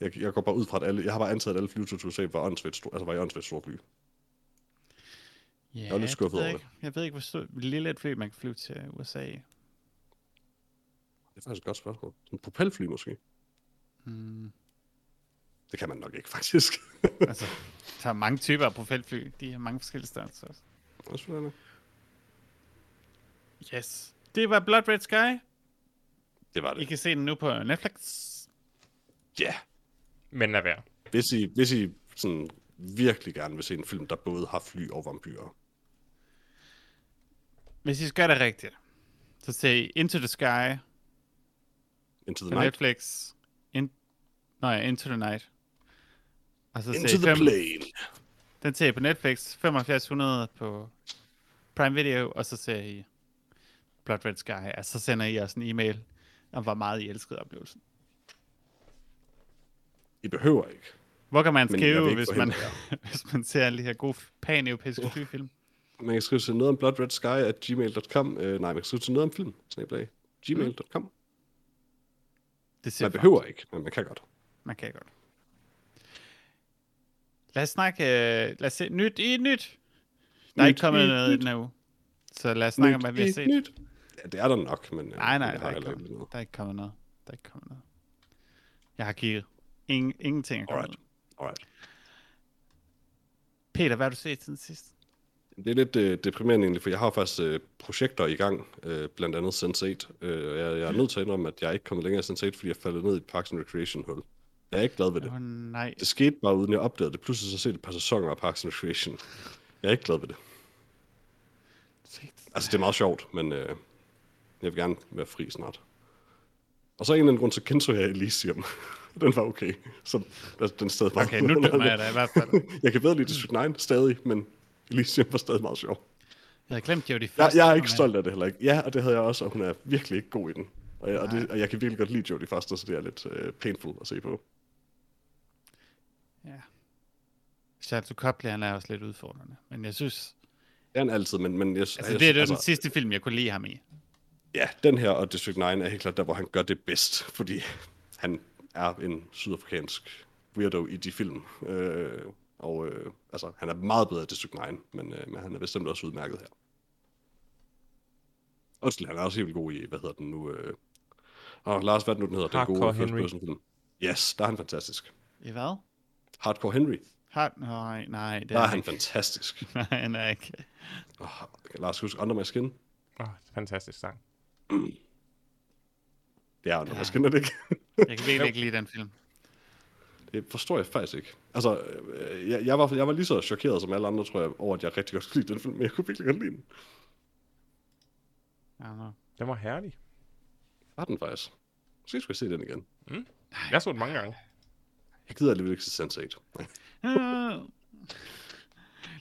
[SPEAKER 2] Jeg, jeg går bare ud fra, at alle, jeg har bare antaget, at alle flyture til USA var, åndssvagt stor, altså var i åndssvagt store fly.
[SPEAKER 1] Ja,
[SPEAKER 2] er lidt skuffet
[SPEAKER 1] ved
[SPEAKER 2] over
[SPEAKER 1] ikke. Jeg ved ikke, hvor stor, lille et fly, man kan flyve til USA. i.
[SPEAKER 2] Det er faktisk et godt spørgsmål. En propelfly måske?
[SPEAKER 1] Mm.
[SPEAKER 2] Det kan man nok ikke, faktisk.
[SPEAKER 1] altså, der er mange typer af propelfly. De har mange forskellige størrelser. også.
[SPEAKER 2] Også sådan noget.
[SPEAKER 1] Yes. Det var Blood Red Sky.
[SPEAKER 2] det var
[SPEAKER 1] I
[SPEAKER 2] det.
[SPEAKER 1] kan se den nu på Netflix.
[SPEAKER 2] Ja. Yeah.
[SPEAKER 3] Men lad være.
[SPEAKER 2] Hvis I, hvis I sådan virkelig gerne vil se en film, der både har fly og vampyrer.
[SPEAKER 1] Hvis I skal gøre det rigtigt, så se Into the Sky
[SPEAKER 2] Into the
[SPEAKER 1] på
[SPEAKER 2] Night,
[SPEAKER 1] Netflix. In... Nå ja, Into the Night. Og så
[SPEAKER 2] Into
[SPEAKER 1] se
[SPEAKER 2] the
[SPEAKER 1] fem...
[SPEAKER 2] Plane.
[SPEAKER 1] den ser I på Netflix, 7500 på Prime Video, og så ser I Blood Red Sky, og så sender I os en e-mail om, hvor meget I elskede oplevelsen.
[SPEAKER 2] I behøver ikke.
[SPEAKER 1] Hvor kan man
[SPEAKER 2] Men jeg vil
[SPEAKER 1] skrive,
[SPEAKER 2] ikke
[SPEAKER 1] hvis man,
[SPEAKER 2] forhindre
[SPEAKER 1] hvis man ser alle de her gode pan-europæiske oh. flyfilm?
[SPEAKER 2] Man kan skrive til noget om Blood Red Sky at gmail.com. Uh, nej, man kan skrive til noget om film. Snapdag. Gmail.com.
[SPEAKER 1] Mm. Det ser
[SPEAKER 2] Man
[SPEAKER 1] fuck-
[SPEAKER 2] behøver ikke, men man kan godt.
[SPEAKER 1] Man kan godt. Lad os snakke... Øh, lad os se nyt i nyt. Der er
[SPEAKER 2] Nyt
[SPEAKER 1] ikke kommet
[SPEAKER 2] i
[SPEAKER 1] noget i
[SPEAKER 2] nyt.
[SPEAKER 1] den her uge. Så lad os snakke om, hvad vi har
[SPEAKER 2] Nyt i
[SPEAKER 1] set.
[SPEAKER 2] Nyt. Ja, det er der nok, men... øh,
[SPEAKER 1] Nej, nej,
[SPEAKER 2] jeg
[SPEAKER 1] der
[SPEAKER 2] har
[SPEAKER 1] er, ikke
[SPEAKER 2] heller
[SPEAKER 1] kommet,
[SPEAKER 2] ikke noget.
[SPEAKER 1] der er ikke kommet noget. Der er ikke kommet noget. Jeg har givet ingen, ingenting. er kommet
[SPEAKER 2] Alright. Alright.
[SPEAKER 1] ud. Peter, hvad har du set siden sidst?
[SPEAKER 2] Det er lidt øh, deprimerende egentlig, for jeg har faktisk øh, projekter i gang, øh, blandt andet Sense8. Øh, og jeg, jeg er nødt til at indrømme, at jeg er ikke kommet længere i Sense8, fordi jeg faldt ned i et Parks and Recreation hul. Jeg er ikke glad ved det.
[SPEAKER 1] Åh oh, nej.
[SPEAKER 2] Det skete bare uden jeg opdagede det. Pludselig så set et par sæsoner af Parks and Recreation. Jeg er ikke glad ved det. Altså, det er meget sjovt, men øh, jeg vil gerne være fri snart. Og så af en eller anden grund, så kendte jeg Elysium. den var okay. Så altså, den sted var
[SPEAKER 1] Okay, nu dømmer jeg dig i hvert fald.
[SPEAKER 2] jeg kan bedre lide District 9 stadig, men Elysium var stadig meget sjov.
[SPEAKER 1] Jeg havde glemt, det var de
[SPEAKER 2] Jeg,
[SPEAKER 1] første.
[SPEAKER 2] jeg er ikke
[SPEAKER 1] men-
[SPEAKER 2] stolt af det heller ikke. Ja, og det havde jeg også, og hun er virkelig ikke god i den. Og jeg, og det, og jeg kan virkelig godt lide Jodie Foster, så det er lidt øh, painful at se på.
[SPEAKER 1] Ja. Charles Copley, han er også lidt udfordrende. Men jeg synes...
[SPEAKER 2] Det er han altid, men, men jeg,
[SPEAKER 1] Altså,
[SPEAKER 2] jeg,
[SPEAKER 1] det er jo den sidste film, jeg kunne lide ham i.
[SPEAKER 2] Ja, den her og District 9 er helt klart der, hvor han gør det bedst, fordi han er en sydafrikansk weirdo i de film. Øh, og øh, altså, han er meget bedre i District 9, men, øh, men han er bestemt også udmærket her. Undskyld, han er også helt vildt god i, hvad hedder den nu? Øh... Og Lars, hvad er det nu, den hedder? den
[SPEAKER 3] Hardcore
[SPEAKER 2] gode
[SPEAKER 3] Henry.
[SPEAKER 2] film. Yes, der er han fantastisk.
[SPEAKER 1] I hvad?
[SPEAKER 2] Hardcore Henry,
[SPEAKER 1] Har... Nej, nej, det
[SPEAKER 2] der
[SPEAKER 1] er
[SPEAKER 2] er
[SPEAKER 1] han
[SPEAKER 2] han
[SPEAKER 1] ikke.
[SPEAKER 2] fantastisk.
[SPEAKER 1] Nej, han er ikke.
[SPEAKER 2] Oh, Lars, kan du huske Under My Skin?
[SPEAKER 3] Oh, fantastisk sang.
[SPEAKER 2] Det er Under
[SPEAKER 1] Ja.
[SPEAKER 2] My Skin, er det ikke?
[SPEAKER 1] Jeg kan virkelig ikke lide den film.
[SPEAKER 2] Det forstår jeg faktisk ikke. Altså, øh, jeg, jeg, var, jeg var lige så chokeret som alle andre, tror jeg, over, at jeg rigtig godt kunne lide den film, men jeg kunne virkelig godt lide den.
[SPEAKER 1] I don't know.
[SPEAKER 3] Den var herlig.
[SPEAKER 2] Var den faktisk? Måske skulle jeg se den igen.
[SPEAKER 3] Mm. Jeg så den mange gange.
[SPEAKER 2] Jeg gider alligevel ikke se Sense8.
[SPEAKER 1] Øh.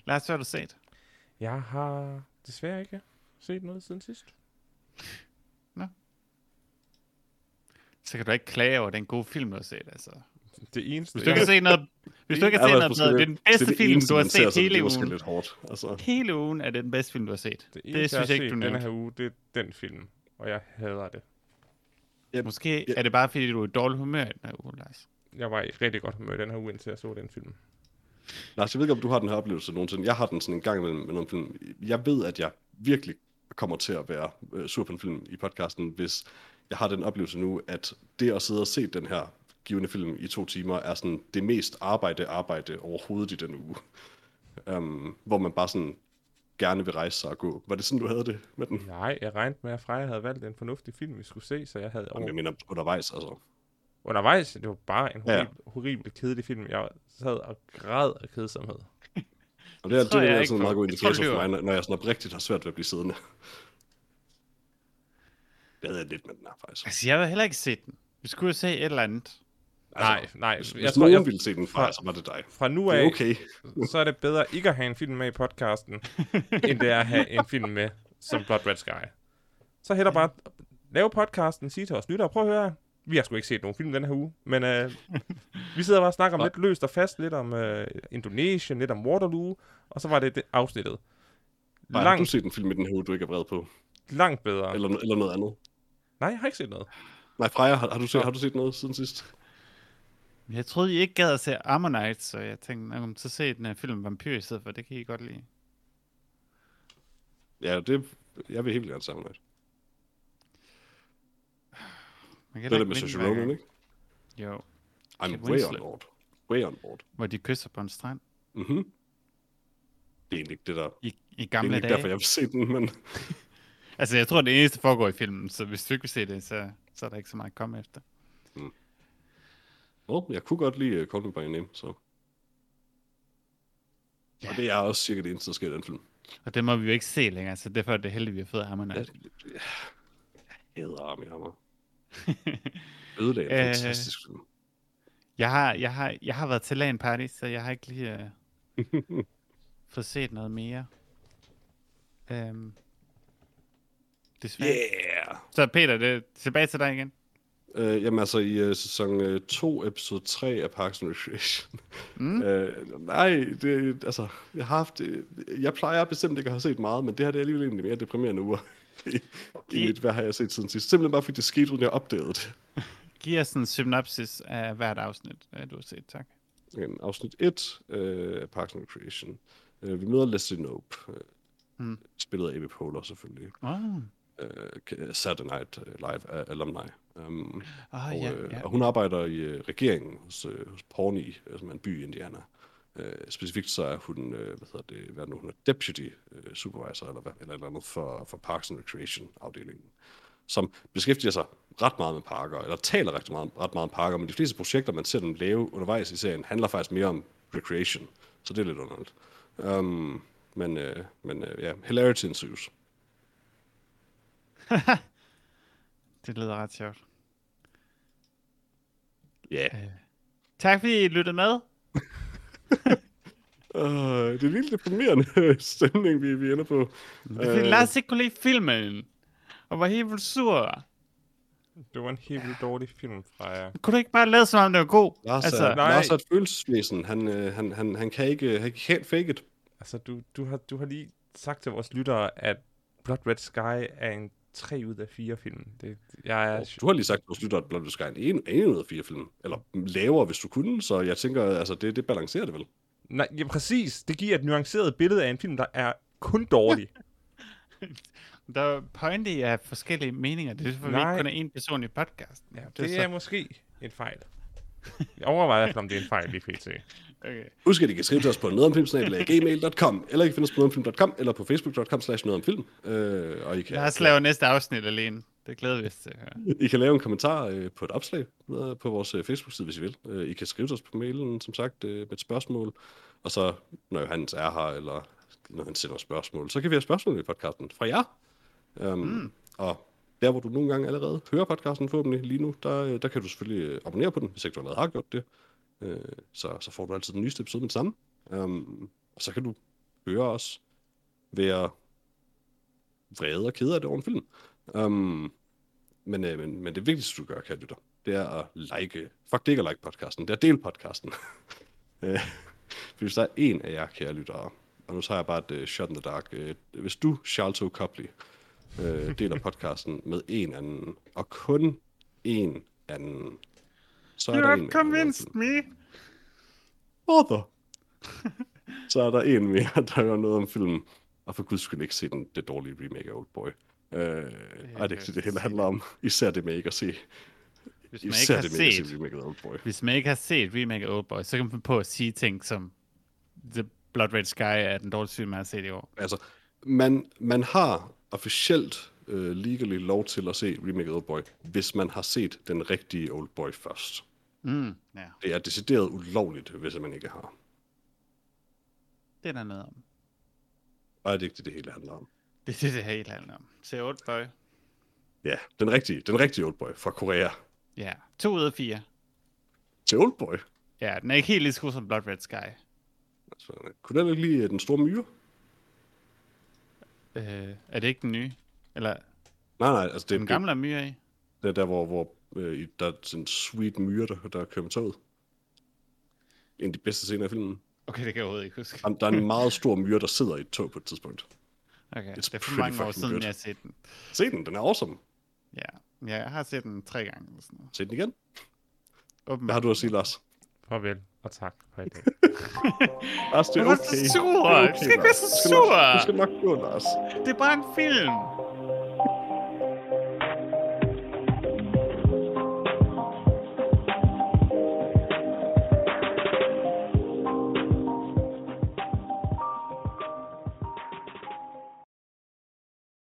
[SPEAKER 1] Lars, hvad har du set?
[SPEAKER 3] Jeg har desværre ikke set noget siden sidst.
[SPEAKER 1] Så kan du ikke klage over den gode film, du har set, altså.
[SPEAKER 3] Det eneste,
[SPEAKER 1] Hvis du ikke har set noget, hvis du ikke har set noget, bedre, det er den bedste film, du har set hele
[SPEAKER 2] Det er måske
[SPEAKER 1] ugen.
[SPEAKER 2] lidt hårdt. Altså,
[SPEAKER 1] Hele ugen er det den bedste film, du har set.
[SPEAKER 3] det
[SPEAKER 1] Det,
[SPEAKER 3] eneste,
[SPEAKER 1] synes jeg ikke, du
[SPEAKER 3] set denne
[SPEAKER 1] nævnte.
[SPEAKER 3] her uge, det er den film. Og jeg hader det.
[SPEAKER 1] Måske
[SPEAKER 2] Ja.
[SPEAKER 1] er det bare, fordi du er i dårlig humør i den her uge, Lars.
[SPEAKER 3] Jeg var i rigtig godt humør den her uge, indtil jeg så den film.
[SPEAKER 2] Lars, jeg ved ikke, om du har den her oplevelse nogensinde. Jeg har den sådan en gang imellem med nogle film. Jeg ved, at jeg virkelig kommer til at være øh, sur på en film i podcasten, hvis jeg har den oplevelse nu, at det at sidde og se den her givende film i to timer, er sådan det mest arbejde, arbejde overhovedet i den uge. Um, hvor man bare sådan gerne vil rejse sig og gå. Var det sådan, du havde det med den?
[SPEAKER 3] Nej, jeg regnede med, at Freja havde valgt en fornuftig film, vi skulle se, så jeg havde
[SPEAKER 2] Jamen,
[SPEAKER 3] over...
[SPEAKER 2] jeg mener undervejs, altså.
[SPEAKER 3] undervejs. Det var bare en
[SPEAKER 2] Ja.
[SPEAKER 3] horribel, ja. horribel kedelig film. Jeg sad og græd af kedsomhed.
[SPEAKER 2] Altså, Og det, er,
[SPEAKER 1] Det
[SPEAKER 2] det,
[SPEAKER 1] tror
[SPEAKER 2] det
[SPEAKER 1] jeg
[SPEAKER 2] er
[SPEAKER 1] ikke på.
[SPEAKER 2] sådan en meget god
[SPEAKER 1] Jeg tror, det
[SPEAKER 2] indikator for
[SPEAKER 1] lyver.
[SPEAKER 2] mig, når når jeg sådan oprigtigt har svært ved at blive siddende. Det havde jeg lidt med den her, faktisk.
[SPEAKER 1] Altså, jeg har heller ikke set den. Vi skulle jo se et eller andet.
[SPEAKER 3] Nej, nej.
[SPEAKER 2] Hvis,
[SPEAKER 3] Altså, Jeg
[SPEAKER 2] hvis
[SPEAKER 3] tror,
[SPEAKER 2] nogen
[SPEAKER 3] jeg,
[SPEAKER 2] ville se den fra, så var det dig.
[SPEAKER 3] fra nu
[SPEAKER 2] Det er
[SPEAKER 3] af,
[SPEAKER 2] okay.
[SPEAKER 3] så er det bedre ikke at have en film med i podcasten, end det er at have en film med som Blood Red Sky. Så heller bare lave podcasten, sige til os lyttere, prøv at høre, vi har sgu ikke set nogen film den her uge, men øh, vi sidder bare og snakker om lidt løst og fast, lidt om øh, Indonesien, lidt om Waterloo, og så var det, det afsnittet.
[SPEAKER 2] Bare, Har du
[SPEAKER 3] Langt,
[SPEAKER 2] set en film i den her uge, du ikke er vred på?
[SPEAKER 3] langt bedre.
[SPEAKER 2] Eller, eller noget andet?
[SPEAKER 3] Nej, jeg har ikke set noget.
[SPEAKER 2] Nej, Freja, har, har, du set, har du set noget siden sidst?
[SPEAKER 1] Men Jeg troede, I ikke gad at se Ammonite, så jeg tænkte, "Nå, men så se den her film Vampyr i stedet for. Det kan I godt lide.
[SPEAKER 2] Ja, det, jeg vil helt gerne sammen med.
[SPEAKER 1] Man kan
[SPEAKER 2] Det
[SPEAKER 1] heller
[SPEAKER 2] er det med
[SPEAKER 1] vinde
[SPEAKER 2] Saoirse
[SPEAKER 1] hver gang.
[SPEAKER 2] Ronan, ikke?
[SPEAKER 1] Jo,
[SPEAKER 2] I'm
[SPEAKER 1] Kate
[SPEAKER 2] way on
[SPEAKER 1] Winslet.
[SPEAKER 2] board. Way on board.
[SPEAKER 1] hvor de kysser på en strand.
[SPEAKER 2] Mhm. Det er egentlig ikke det, der... Det
[SPEAKER 1] I, i
[SPEAKER 2] er egentlig
[SPEAKER 1] gamle
[SPEAKER 2] ikke
[SPEAKER 1] dage.
[SPEAKER 2] derfor, jeg vil se den, men...
[SPEAKER 1] Altså, jeg tror, det eneste foregår i filmen, så hvis du ikke vil se det, så, så er der ikke så meget at komme efter.
[SPEAKER 2] Nå, jeg kunne godt lide uh, Call Me By Your Name, så... Og det er også cirka det eneste, der sker i den film.
[SPEAKER 1] Og det må vi jo ikke se længere, så derfor er det heldigt, vi har fået Ammonite.
[SPEAKER 2] Jeg hader Armie Hammer. Ødelag er
[SPEAKER 1] Øh.
[SPEAKER 2] en fantastisk film.
[SPEAKER 1] Jeg har, jeg har, jeg har været til LAN party, så jeg har ikke lige øh, fået set noget mere. Øhm, desværre. Yeah.
[SPEAKER 2] Yeah!
[SPEAKER 1] Så Peter, det, tilbage til dig igen.
[SPEAKER 2] Øh, jamen altså i øh, sæson 2, øh, to, episode 3 af Parks and Recreation.
[SPEAKER 1] Mm.
[SPEAKER 2] Mm. Øh, nej, det, altså, jeg har haft, øh, jeg plejer bestemt ikke at have set meget, men det her det er alligevel en af de mere deprimerende uger. I, I mit, hvad har jeg set siden sidst? Simpelthen bare fordi det skete, uden jeg opdagede det.
[SPEAKER 1] Giv os en synopsis af hvert afsnit, øh, du har set, tak.
[SPEAKER 2] Øhm, afsnit 1 øh, af Parks and Recreation. Øh, vi møder Leslie Knope, øh,
[SPEAKER 1] Mm.
[SPEAKER 2] mm. spillet af Amy Poehler selvfølgelig.
[SPEAKER 1] Åh,
[SPEAKER 2] Øh, Saturday Night øh, Live øh, alumni. Um,
[SPEAKER 1] oh,
[SPEAKER 2] Og,
[SPEAKER 1] ja,
[SPEAKER 2] øh,
[SPEAKER 1] ja.
[SPEAKER 2] og hun arbejder i øh, regeringen hos, øh, hos Pawnee, øh, som er en by i Indiana. Øh, specifikt så er hun, øh, hvad hedder det, hvad er det nu, hun er deputy øh, supervisor eller hvad, eller, et eller andet for, for Parks and Recreation afdelingen, som beskæftiger sig ret meget med parker, eller taler rigtig meget, ret meget om parker, men de fleste projekter, man ser dem lave undervejs i serien, handler faktisk mere om recreation, så det er lidt underligt. Um, men øh, men øh, ja, hilarity ensues.
[SPEAKER 1] Det lyder ret sjovt.
[SPEAKER 2] Ja.
[SPEAKER 1] Tak fordi I lyttede med.
[SPEAKER 2] Yeah. Uh, det er en lille deprimerende stemning, vi, vi ender på.
[SPEAKER 1] Det er fordi
[SPEAKER 2] Øh.
[SPEAKER 1] Lars ikke kunne lide filmen, og var helt vildt sur.
[SPEAKER 3] Det var en helt vildt dårlig film fra jer.
[SPEAKER 1] Kunne du ikke bare lade som om, det var god?
[SPEAKER 2] Lars,
[SPEAKER 1] altså,
[SPEAKER 2] altså, er,
[SPEAKER 3] nej.
[SPEAKER 2] Lars er et følelsesvæsen. Han, øh, han, han, han kan ikke han kan fake it.
[SPEAKER 3] Altså, du, du, har, du har lige sagt til vores lyttere, at Blood Red Sky er en 3 ud af 4 film. Det, jeg er...
[SPEAKER 2] Du har lige sagt, at du lytter, at Blond Sky er en, en ud af fire film. Eller lavere, hvis du kunne. Så jeg tænker, altså, det, det balancerer det vel.
[SPEAKER 3] Nej, ja, præcis. Det giver et nuanceret billede af en film, der er kun dårlig.
[SPEAKER 1] Der er pointe i at have forskellige meninger. Det er derfor, vi
[SPEAKER 3] Nej.
[SPEAKER 1] ikke kun er én person i podcasten.
[SPEAKER 3] ja, det,
[SPEAKER 2] det er
[SPEAKER 3] det
[SPEAKER 2] så-
[SPEAKER 3] er måske en fejl. Jeg overvejer i hvert fald, om det er en fejl lige pt.
[SPEAKER 1] Okay.
[SPEAKER 2] Husk, at I kan skrive til os på nogetomfilm.gmail.com eller I kan finde os på nogetomfilm.com eller på facebook.com slash nogetomfilm. Øh, og I kan,
[SPEAKER 1] Lars laver næste afsnit alene. Det glæder vi os til. Ja.
[SPEAKER 2] I kan lave en kommentar øh, på et opslag øh, på vores øh, Facebook-side, hvis I vil. Øh, I kan skrive til os på mailen, som sagt, øh, med et spørgsmål. Og så, når Johannes er her, eller når han sender spørgsmål, så kan vi have spørgsmål i podcasten fra jer. Um, mm. Øhm, Og der hvor du nogle gange allerede hører podcasten forhåbentlig lige nu, der, øh, der kan du selvfølgelig øh, abonnere på den, hvis ikke du allerede har gjort det. Øh, så, så får du altid den nyeste episode med det samme. Um, og så kan du høre os være vrede og kede af det over en film. Um, men, øh, men, men det vigtigste, du gør, kan lytter, det er at like. Fuck, det er ikke at like podcasten, det er at dele podcasten. Øh, For hvis der er en af jer, kære lyttere, og nu tager jeg bare et uh, shot in the dark. Uh, hvis du, Charlto Copley, uh, deler podcasten med en anden, og kun en anden, så er
[SPEAKER 1] You
[SPEAKER 2] der en
[SPEAKER 1] have
[SPEAKER 2] mere.
[SPEAKER 1] convinced me.
[SPEAKER 2] Mother. så er der en mere, der hører noget om filmen. Og for guds skyld ikke se den, det dårlige remake af Oldboy. Øh, ej, det er ikke det, det hele handler om. Især det med ikke at se.
[SPEAKER 1] Hvis man ikke
[SPEAKER 2] Især
[SPEAKER 1] har
[SPEAKER 2] det med ikke at
[SPEAKER 1] set
[SPEAKER 2] se remake af Oldboy.
[SPEAKER 1] hvis man ikke har set remake af Oldboy, så kan man på at sige ting som The Blood Red Sky er den dårligste film, man har set i år.
[SPEAKER 2] Altså, man, man har officielt øh, legally lov til at se remake af Oldboy, hvis man har set den rigtige Oldboy først.
[SPEAKER 1] Mm, ja,
[SPEAKER 2] Det er decideret ulovligt, hvis man ikke har.
[SPEAKER 1] det er der noget om.
[SPEAKER 2] Og er det ikke det, det hele handler om?
[SPEAKER 1] Det er det, det hele handler om. Se Oldboy.
[SPEAKER 2] Ja, den rigtige, den rigtige Oldboy fra Korea
[SPEAKER 1] Ja, 2 ud af 4.
[SPEAKER 2] til Oldboy.
[SPEAKER 1] Ja, den er ikke helt lige så god som Blood Red Sky.
[SPEAKER 2] Altså, kunne den ikke lide øh, den store myre?
[SPEAKER 1] Øh, er det ikke den nye? Eller
[SPEAKER 2] Nej, nej, altså det er
[SPEAKER 1] den gamle er myre i?
[SPEAKER 2] Det er der, hvor, hvor øh, i- der er sådan en sweet myre, der, der kører med toget. En af de bedste scener i filmen.
[SPEAKER 1] Okay, det kan jeg overhovedet ikke huske.
[SPEAKER 2] Der, der er en meget stor myre, der sidder i et tog på et tidspunkt.
[SPEAKER 1] Okay,
[SPEAKER 2] It's
[SPEAKER 1] det er
[SPEAKER 2] pretty
[SPEAKER 1] for mange år
[SPEAKER 2] fucking
[SPEAKER 1] siden,
[SPEAKER 2] good.
[SPEAKER 1] jeg har set den.
[SPEAKER 2] Se den, den er awesome.
[SPEAKER 1] Ja, ja jeg har set den tre gange. Eller sådan noget.
[SPEAKER 2] Se den igen. Hvad har
[SPEAKER 1] Åbenbart.
[SPEAKER 2] du at sige, Lars?
[SPEAKER 3] Farvel og tak for i dag.
[SPEAKER 2] Lars, det er
[SPEAKER 1] Hvorfor er du så sur?
[SPEAKER 2] okay. Det er
[SPEAKER 1] Du skal ikke være så
[SPEAKER 2] Lars. Du skal nok-
[SPEAKER 1] sur!
[SPEAKER 2] Du skal nok gå, Lars.
[SPEAKER 1] Det er bare en film!